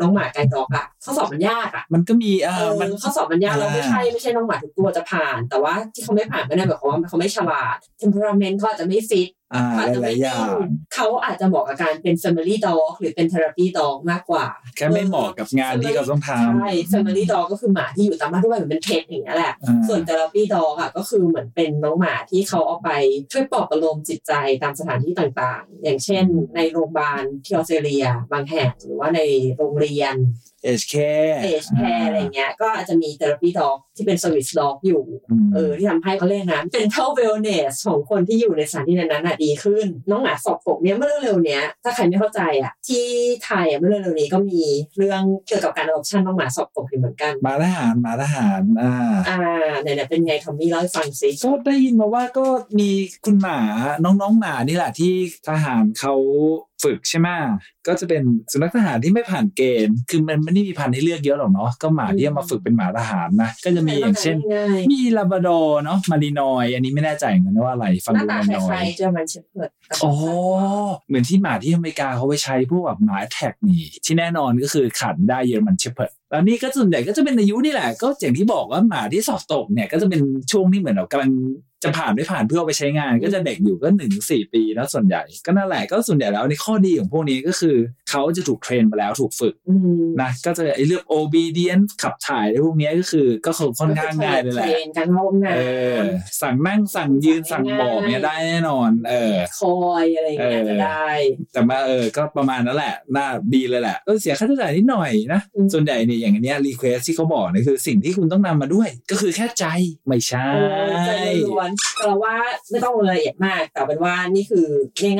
Speaker 2: น้องหมาไกด์ด็อกอ่ะข้อสอบมันยากอ่ะ
Speaker 4: มันก็มีเอ
Speaker 2: เอ
Speaker 4: อ
Speaker 2: อ
Speaker 4: มัน
Speaker 2: ข้อสอบมันยาก
Speaker 4: อ่า
Speaker 2: เราไม่ใช่ไม่ใช่น้องหมาทุกตัวจะผ่าน แต่ว่าที่เขาไม่ผ่านไม่ได้หมายความว่าเขาไม่ฉลาด temperament เขาอาจจะไม่ฟิต
Speaker 4: อ่า
Speaker 2: เขาอาจจะ
Speaker 4: ห
Speaker 2: ไม่
Speaker 4: ลายๆอ
Speaker 2: นิ่
Speaker 4: ย่าง
Speaker 2: งเขาอาจจะเหมาะกับการเป็น family dog หรือเป็น therapy dog มากกว่า
Speaker 4: แค่ไม่เหมาะกับงานที่เราต้องทำ
Speaker 2: ใช่ family dog ก็คือหมาที่อยู่ตามบ้านทั่วไปเหมือนเป็นเพจอย่างเงี้ยแหละ
Speaker 4: อ่า
Speaker 2: ส่วน therapy dog อ่ะก็คือเหมือนเป็นน้องหมาที่เขาเอาไปช่วยปลอบประโลมจิตใจตามสถานที่ต่างๆ อย่างเช่น ในโรงพยาบาลที่ออสเตรเลีย บางแห่งหรือว่าในโรงเรียน
Speaker 4: HK
Speaker 2: age care อะไรเงี้ย ก็อาจจะมี therapy dog ที่เป็น service dog อยู่
Speaker 4: ม
Speaker 2: เออที่ทำให้เขาเรียกนะ mental wellness ของคนที่อยู่ในสถานที่นั้นๆน่ะ ดีขึ้น น้องหมาสอบตกเนี่ยเมื่อเร็วๆเนี้ย ถ้าใครไม่เข้าใจอ่ะ ที่ไทยอ่ะเมื่อเร็วๆนี้ก็มีเรื่องเกี่ยวกับการ adoption น้องหมาสอบตกอยู่เหมือนกัน
Speaker 4: หมาทหารหมาทหารอ่า
Speaker 2: อ่าไหนๆเป็นไงทอมมี่เล่าให้ฟังสิ
Speaker 4: ก็ได้ยินมาว่าก็มีคุณหมาน้องๆหมานี่แหละที่ทหารเขาฝึกใช่ไหมก็จะเป็นสุนัขทหารที่ไม่ผ่านเกณฑ์ คือมันไม่ได้มีพันธุ์ให้เลือกเยอะหรอกเนาะก็หมาที่เอามาฝึกเป็นหมาทหารนะก็จะมีอย่างเช่น
Speaker 2: ง่าย
Speaker 4: มีลาบราดอร์เนาะมารินอยอันนี้ไม่แน่ใจเหมือนกันว่าอะไร
Speaker 2: ๆ
Speaker 4: ฟัง
Speaker 2: หน้า
Speaker 4: ดู
Speaker 2: ตา
Speaker 4: มา
Speaker 2: ค
Speaker 4: รินอ
Speaker 2: ล้าย
Speaker 4: ย
Speaker 2: ๆเจอมันเชฟเพิร์ด
Speaker 4: อ๋อเหมือนที่หมาที่อเมริกาเขาไปใช้พวกแบบหมาแท็กนี่ที่แน่นอนก็คือขันได้เยอรมันเชพเพิร์ดแล้วนี่ก็ส่วนใหญ่ก็จะเป็นอายุนี่แหละ ก็อย่างที่บอกว่าหมาที่สอบตกเนี่ยก็จะเป็นช่วงที่เหมือนเรากำลังจะผ่านไม่ผ่านเพื่อเอาไปใช้งาน ก็จะเด็กอยู่ก็หนึ่งถึงสี่ปีแล้วส่วนใหญ่ ก็นั่นแหละก็ส่วนใหญ่แล้วในข้อดีของพวกนี้ก็คือเขาจะถูกเทรนมาแล้วถูกฝึก
Speaker 2: อืม
Speaker 4: นะก็จะไอ้เรื่อง obedience ขับถ่ายอะไรพวกเนี้ยก็คือก็คือค่อนข้างง่ายเลยแหละ
Speaker 2: เทรนการห้อง
Speaker 4: เอ
Speaker 2: น้
Speaker 4: อสั่งนั่งสั่งยืนสั่งบอกเนี่ยได้แน่นอน เออ
Speaker 2: ำคอยอะไรอย่างเงี้ย
Speaker 4: เออ
Speaker 2: จะได้
Speaker 4: แต่มาเออก็ประมาณนั้นแหละ น่าดีเลยแหละเออเสียค่าใช้จ่ายนิดหน่อยนะ
Speaker 2: อืม
Speaker 4: ส่วนใหญ่เนี่ยอย่างอันเนี้ยรีเควสที่เขาบอกเนี่ยคือสิ่งที่คุณต้องนำมาด้วย ก็คือแค่ใจไม่ใช่
Speaker 2: โอ้ยใจล้วนๆแต่เราว่าไม่ต้องลงรายละเอียดมาก แต่เป็นว่านี่คือ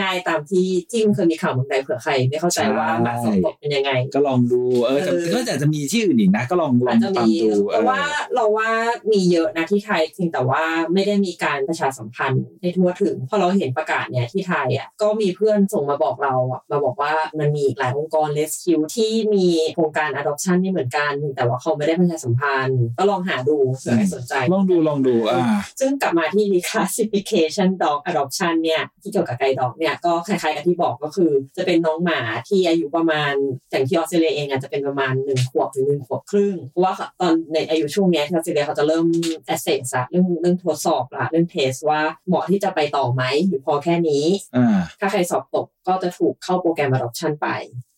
Speaker 2: ง่ายๆตามที่ที่มันเคยมีข่าวเมืองไทยเผื่อใคร ไม่เข้าใจว่าหมาสองตกเป็นยังไง
Speaker 4: ก็ลองดูเออแต่
Speaker 2: เออ
Speaker 4: ก็อาจจะมีที่อื่นอีกนะ ก็ลองลอ
Speaker 2: อาจ
Speaker 4: ง
Speaker 2: จะ
Speaker 4: ฟัง
Speaker 2: มี
Speaker 4: ดูเอ
Speaker 2: แต่
Speaker 4: อ
Speaker 2: ว่าเราว่ามีเยอะนะที่ไทยเพียงแต่ว่าไม่ได้มีการประชาสัมพันธ์ให้ทั่วถึงพอเราเห็นประกาศเนี่ยที่ไทยอ่ะก็มีเพื่อนส่งมาบอกเราอ่ะมาบอกว่ามันมีอีกหลายองค์กร rescue ที่มีโครงการ adoption นี่เหมือนกัน แต่ว่าเขาไม่ได้ประชาสัมพันธ์ก็ลองหาดูเผื่อใครสนใจ
Speaker 4: ลองดูลองดูอ่า
Speaker 2: ซึ่งกลับมาที่ reclassification dog adoption เนี่ยที่เกี่ยวกับไก่ดอกเนี่ยก็คล้ายๆกับที่บอกก็คือ จะเป็นน้องหมาที่อายุประมาณอย่างที่ออสเตรเลียเองอาจจะเป็นประมาณหนึ่งขวบถึงหนึ่งขวบครึ่งเพราะว่าตอนในอายุช่วงเนี้ยที่ออสเตรเลียเขาจะเริ่ม assess อะเรื่องเรื่องทดสอบละเรื่องเทสว่าเหมาะที่จะไปต่อไหมหรือพอแค่นี้
Speaker 4: อ่า
Speaker 2: ถ้าใครสอบตกก็จะถูกเข้าโปรแกรม adoption ไป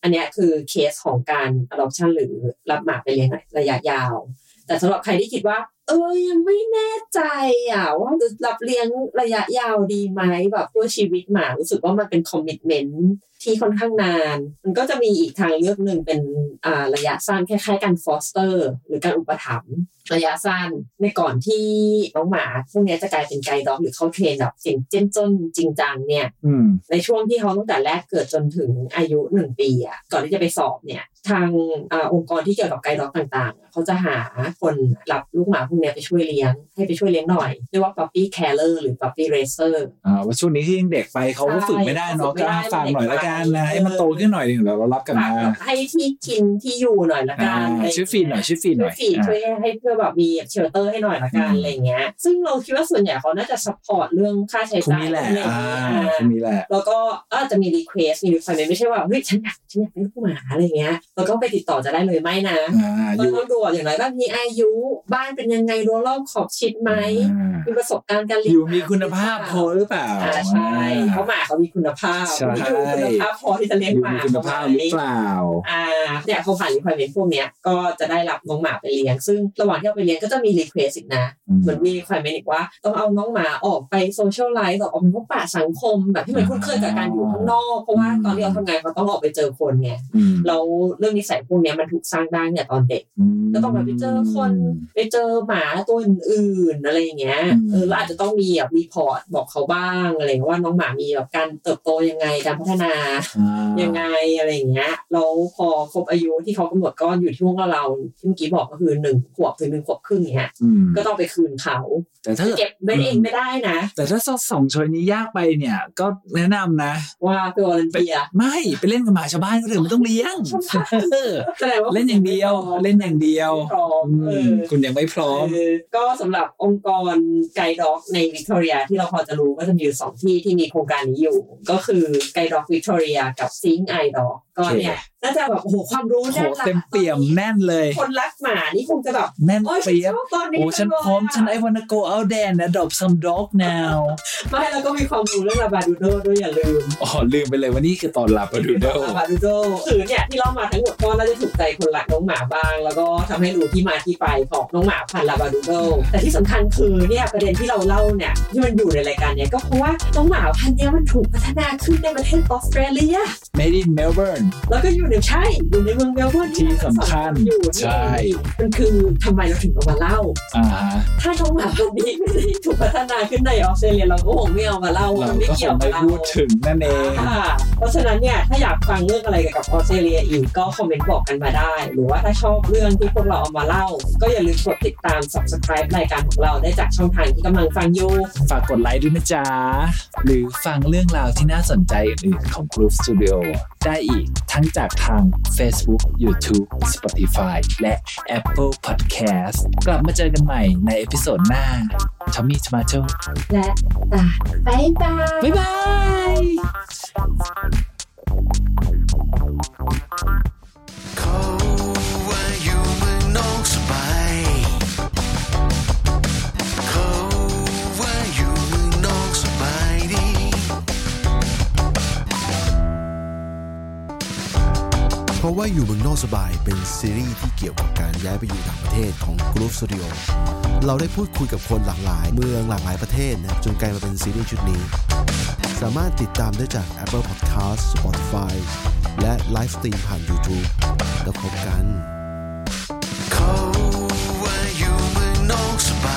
Speaker 2: อันเนี้ยคือเคสของการ adoption หรือรับหมาไปเลี้ยงระยะยาว แต่สำหรับใครที่คิดว่า เอ้ยยังไม่แน่ใจอ่ะว่าจะรับเลี้ยงระยะยาวดีไหมแบบเพื่อชีวิตหมารู้สึกว่ามันเป็น commitment ที่ค่อนข้างนาน มันก็จะมีอีกทางเลือกหนึ่งเป็นอ่าระยะสั้นคล้ายๆการ foster หรือการอุปถัมภ์ ระยะสั้นในก่อนที่น้องหมาพวกเนี้ยจะกลายเป็นไกด์ด็อกหรือเข้าเทรนแบบเจ๋งเจ้มจนจริงจังเนี่ย
Speaker 4: อืม
Speaker 2: ในช่วงที่เขาตั้งแต่แรกเกิดจนถึงอายุหนึ่งปีอ่ะก่อนที่จะไปสอบเนี่ย ทางอาองค์กรที่เกี่ยวกับไกด์ด็อกต่างๆอะเขาจะหาคนรับลูกหมาพวกเนี้ยไปช่วยเลี้ยง ให้ไปช่วยเลี้ยงหน่อยเรียกว่า puppy carer หรือ puppy racer
Speaker 4: อ่าว่าช่วงนี้ที่ยังเด็กไปเขาก็
Speaker 2: ใช่
Speaker 4: ฝึกไม่ได้เนาะ
Speaker 2: ฝึ
Speaker 4: ก็
Speaker 2: กไม่ได้
Speaker 4: ฝากหน่อยละกันนะ
Speaker 2: เด็กไป
Speaker 4: ให้มันโตขึ้นหน่อยหนึ่งเดี๋ยวเรารับกลับ
Speaker 2: ฝาก
Speaker 4: มา
Speaker 2: แบบให้ที่กินที่อยู่หน่อยละกั
Speaker 4: อ่าน ชื่อฟีนหน่อยชื่อฟีนหน่อย
Speaker 2: ช่วยฟีด
Speaker 4: อ่า
Speaker 2: ช่วยให้เพื่อแบบมีเชลเตอร์ให้หน่อยละกัน
Speaker 4: อืม
Speaker 2: อะไรเงี้ย ซึ่งเราคิดว่าส่วนใหญ่เขาน่าจะซัพพอร์ตเรื่องค่าใช้
Speaker 4: คุ
Speaker 2: จ่าย
Speaker 4: นี้แหละ
Speaker 2: เรื่อง
Speaker 4: อ่า
Speaker 2: อ่า
Speaker 4: คุนี้แหละ
Speaker 2: แล้วก็อาจจะมีรีเควสมีรีควสไม่ใช่ว่าเฮ้ยฉันอยากฉันอยากเป็นลูกหมาอะไรเงี้ยแล้วก็ไปติดต่อจะได้เลยไหมนะ
Speaker 4: อ่า
Speaker 2: เรา
Speaker 4: อยู่
Speaker 2: ต้องดูอย่างไรบ้างมีอายุ บ้านเป็นยังไงรั้วรอบขอบชิดไหม
Speaker 4: อ่า
Speaker 2: มีประสบการณ์การเลี้ยง
Speaker 4: อยู่มีคุณภาพพอหรือเปล่า
Speaker 2: อ่าใช่เพราะหมาเขามีคุณภาพ
Speaker 4: ใช่
Speaker 2: มีคุณภาพพอที่จะเลี้ยงหมา
Speaker 4: อยู่มีคุณภาพหรือเปล่า
Speaker 2: อ่าเนี่ยเขาผ่านรีควสพวกเนี้ยก็จะได้รับน้องหมาไปเลี้ยง ซึ่งระหว่างที่เอาไปเลี้ยงก็จะมีรีเควสอีกนะ เหมือนมีความเมนอีกว่าต้องเอาน้องหมาออกไปโซเชียลไลฟ์ออกไปพบปะสังคม แบบที่มันคุ้นเคยกับการอยู่ข้างนอก เพราะว่าตอนที่เราทำงานเขาต้องออกไปเจอคนไง
Speaker 4: อืม
Speaker 2: เราเรื่องนิสัยพวกเนี้ยมันถูกสร้างได้เนี่ยตอนเด็ก ก็ต้องแบบไปเจอคน ไปเจอหมาตัวอื่นๆอะไรอย่างเงี้ย
Speaker 4: อืม
Speaker 2: เออแล้วอาจจะต้องมีแบบรีพอร์ตบอกเขาบ้างอะไรอย่างเงี้ยว่าน้องหมามีแบบการเติบโตยังไงการพัฒนา
Speaker 4: อ่า
Speaker 2: ยังไงอะไรอย่างเงี้ยแล้วพอครบอายุที่เขากำหนดก็อยู่ที่พวกเราที่เมื่อกี้บอกก็คือหนึ่งขวบถึงหนึ่งขวบครึ่งเนี้ย
Speaker 4: อืม
Speaker 2: ก็ต้องไปคืนเขา
Speaker 4: แต่ถ้าเกิด
Speaker 2: เก็บไว้เองไม่ได้นะ
Speaker 4: แต่ถ้าสองช้อยนี้ยากไปเนี่ย ก็แนะนำนะ
Speaker 2: ว่าเป็นวอลันเตียร์
Speaker 4: ไม่ไปเล่นกับหมาชาวบ้านก็เถอะไม่ต้องเลี้ยงเออ
Speaker 2: แสดงว่า
Speaker 4: เล่นอย่างเดียว เล่นอย่างเดียว
Speaker 2: พร้อมเอ
Speaker 4: อืม
Speaker 2: อ
Speaker 4: คุณยังไม่พร้อม
Speaker 2: เออก็สำหรับองค์กรไกด์ด็อกในวิกตอเรียที่เราพอจะรู้ก็จะมีอยู่สองที่ที่มีโครงการนี้อยู่ ก็คือไกด์ด็อกวิกตอเรียกับซิงไอด็อกก็เนี่ยน่าจะแบบโอ้โหความรู้
Speaker 4: โอ้โห
Speaker 2: แน่นหลัก
Speaker 4: เต็มเปี่ยมแน่นเลย
Speaker 2: คนรักหมานี่คงจะแบบ
Speaker 4: แน่น
Speaker 2: โอ้ยฉัน
Speaker 4: เปีย
Speaker 2: ช
Speaker 4: บ
Speaker 2: อบตอนนี้
Speaker 4: โอ้ฉัน
Speaker 2: จังเลย
Speaker 4: พร้อม ฉันไอวัน n โกเอาแดน adopt some dog now
Speaker 2: ไม่แล้วก็มีความรู้เรื่องลาบาดูโดด้วยอย่าลืม
Speaker 4: อ๋อ ลืมไปเลยว่านี่คือตอนลาบาดูโด
Speaker 2: ลาบาดูโดคือเนี่ยที่เรามาทั้งหมดก็น่าจะถูกใจคนรักน้องหมาบ้าง แล้วก็ทำให้รู้ที่มาที่ไปของน้องหมาพันธุ์ลาบาดูโดแต่ที่สำคัญคือเนี่ยประเด็นที่เราเล่าเนี่ยที่มันอยู่ในรายการเนี่ยก็เพราะว่าน้องหมาพันธุ์เนี้ยมันถูกพัฒนาขึ้นในประเทศออสเตรเลีย
Speaker 4: *laughs* made in Melbourne
Speaker 2: แล้วก็อยู่ในใช่อยู่ในเมืองเมลเบิร์น
Speaker 4: ที่สำคัญ
Speaker 2: อยู่นี่
Speaker 4: ใช่
Speaker 2: มันคือทำไมเราถึงเอามาเล่า
Speaker 4: อ่าฮะ
Speaker 2: ถ้าน้องหมาตัวนี้ไม่ได้ถูกพัฒนาขึ้นในออสเตรเลียเราก็คงไม่เอามาเล่า
Speaker 4: เรา
Speaker 2: มันไม่
Speaker 4: ก็ค
Speaker 2: เกี่ยว
Speaker 4: ง
Speaker 2: กั
Speaker 4: ไม่
Speaker 2: บเรา
Speaker 4: พูดถึงนั่นเอง
Speaker 2: อ่าเพราะฉะนั้นเนี่ยถ้าอยากฟังเรื่องอะไรเกี่ยวกับออสเตรเลียอีกก็คอมเมนต์บอกกันมาได้ หรือว่าถ้าชอบเรื่องที่พวกเราเอามาเล่า ก็อย่าลืมกดติดตาม subscribe รายการของเราได้จากช่องทางที่กำลังฟังอยู่
Speaker 4: ฝากกดไลค์ด้วยนะจ๊ะ หรือฟังเรื่องราวที่น่าสนใจอื่นๆของ Groove Studio ได้อีกทั้งจากทาง Facebook, YouTube, Spotify และ Apple Podcast กลับมาเจอกันใหม่ในเอพิโซดหน้าชอมมี่ชมาโช
Speaker 2: และอ่ะบ๊ายบาย
Speaker 4: บ๊ายบาย
Speaker 5: เขาว่าอยู่เมืองนอกสบายเขาว่าอยู่เมืองนอกสบายดีเพราะว่าอยู่เมืองนอกสบายเป็นซีรีส์ที่เกี่ยวกับการย้ายไปอยู่ต่างประเทศของ Group Studio เราได้พูดคุยกับคนหลากหลายเมืองหลากหลายประเทศนะจนกลายมาเป็นซีรีส์ชุดนี้ สามารถติดตามได้จาก Apple Podcast Spotify และไลฟ์สตรีมผ่าน YouTube แล้วพบกัน เขาว่าอยู่เมืองนอกสบา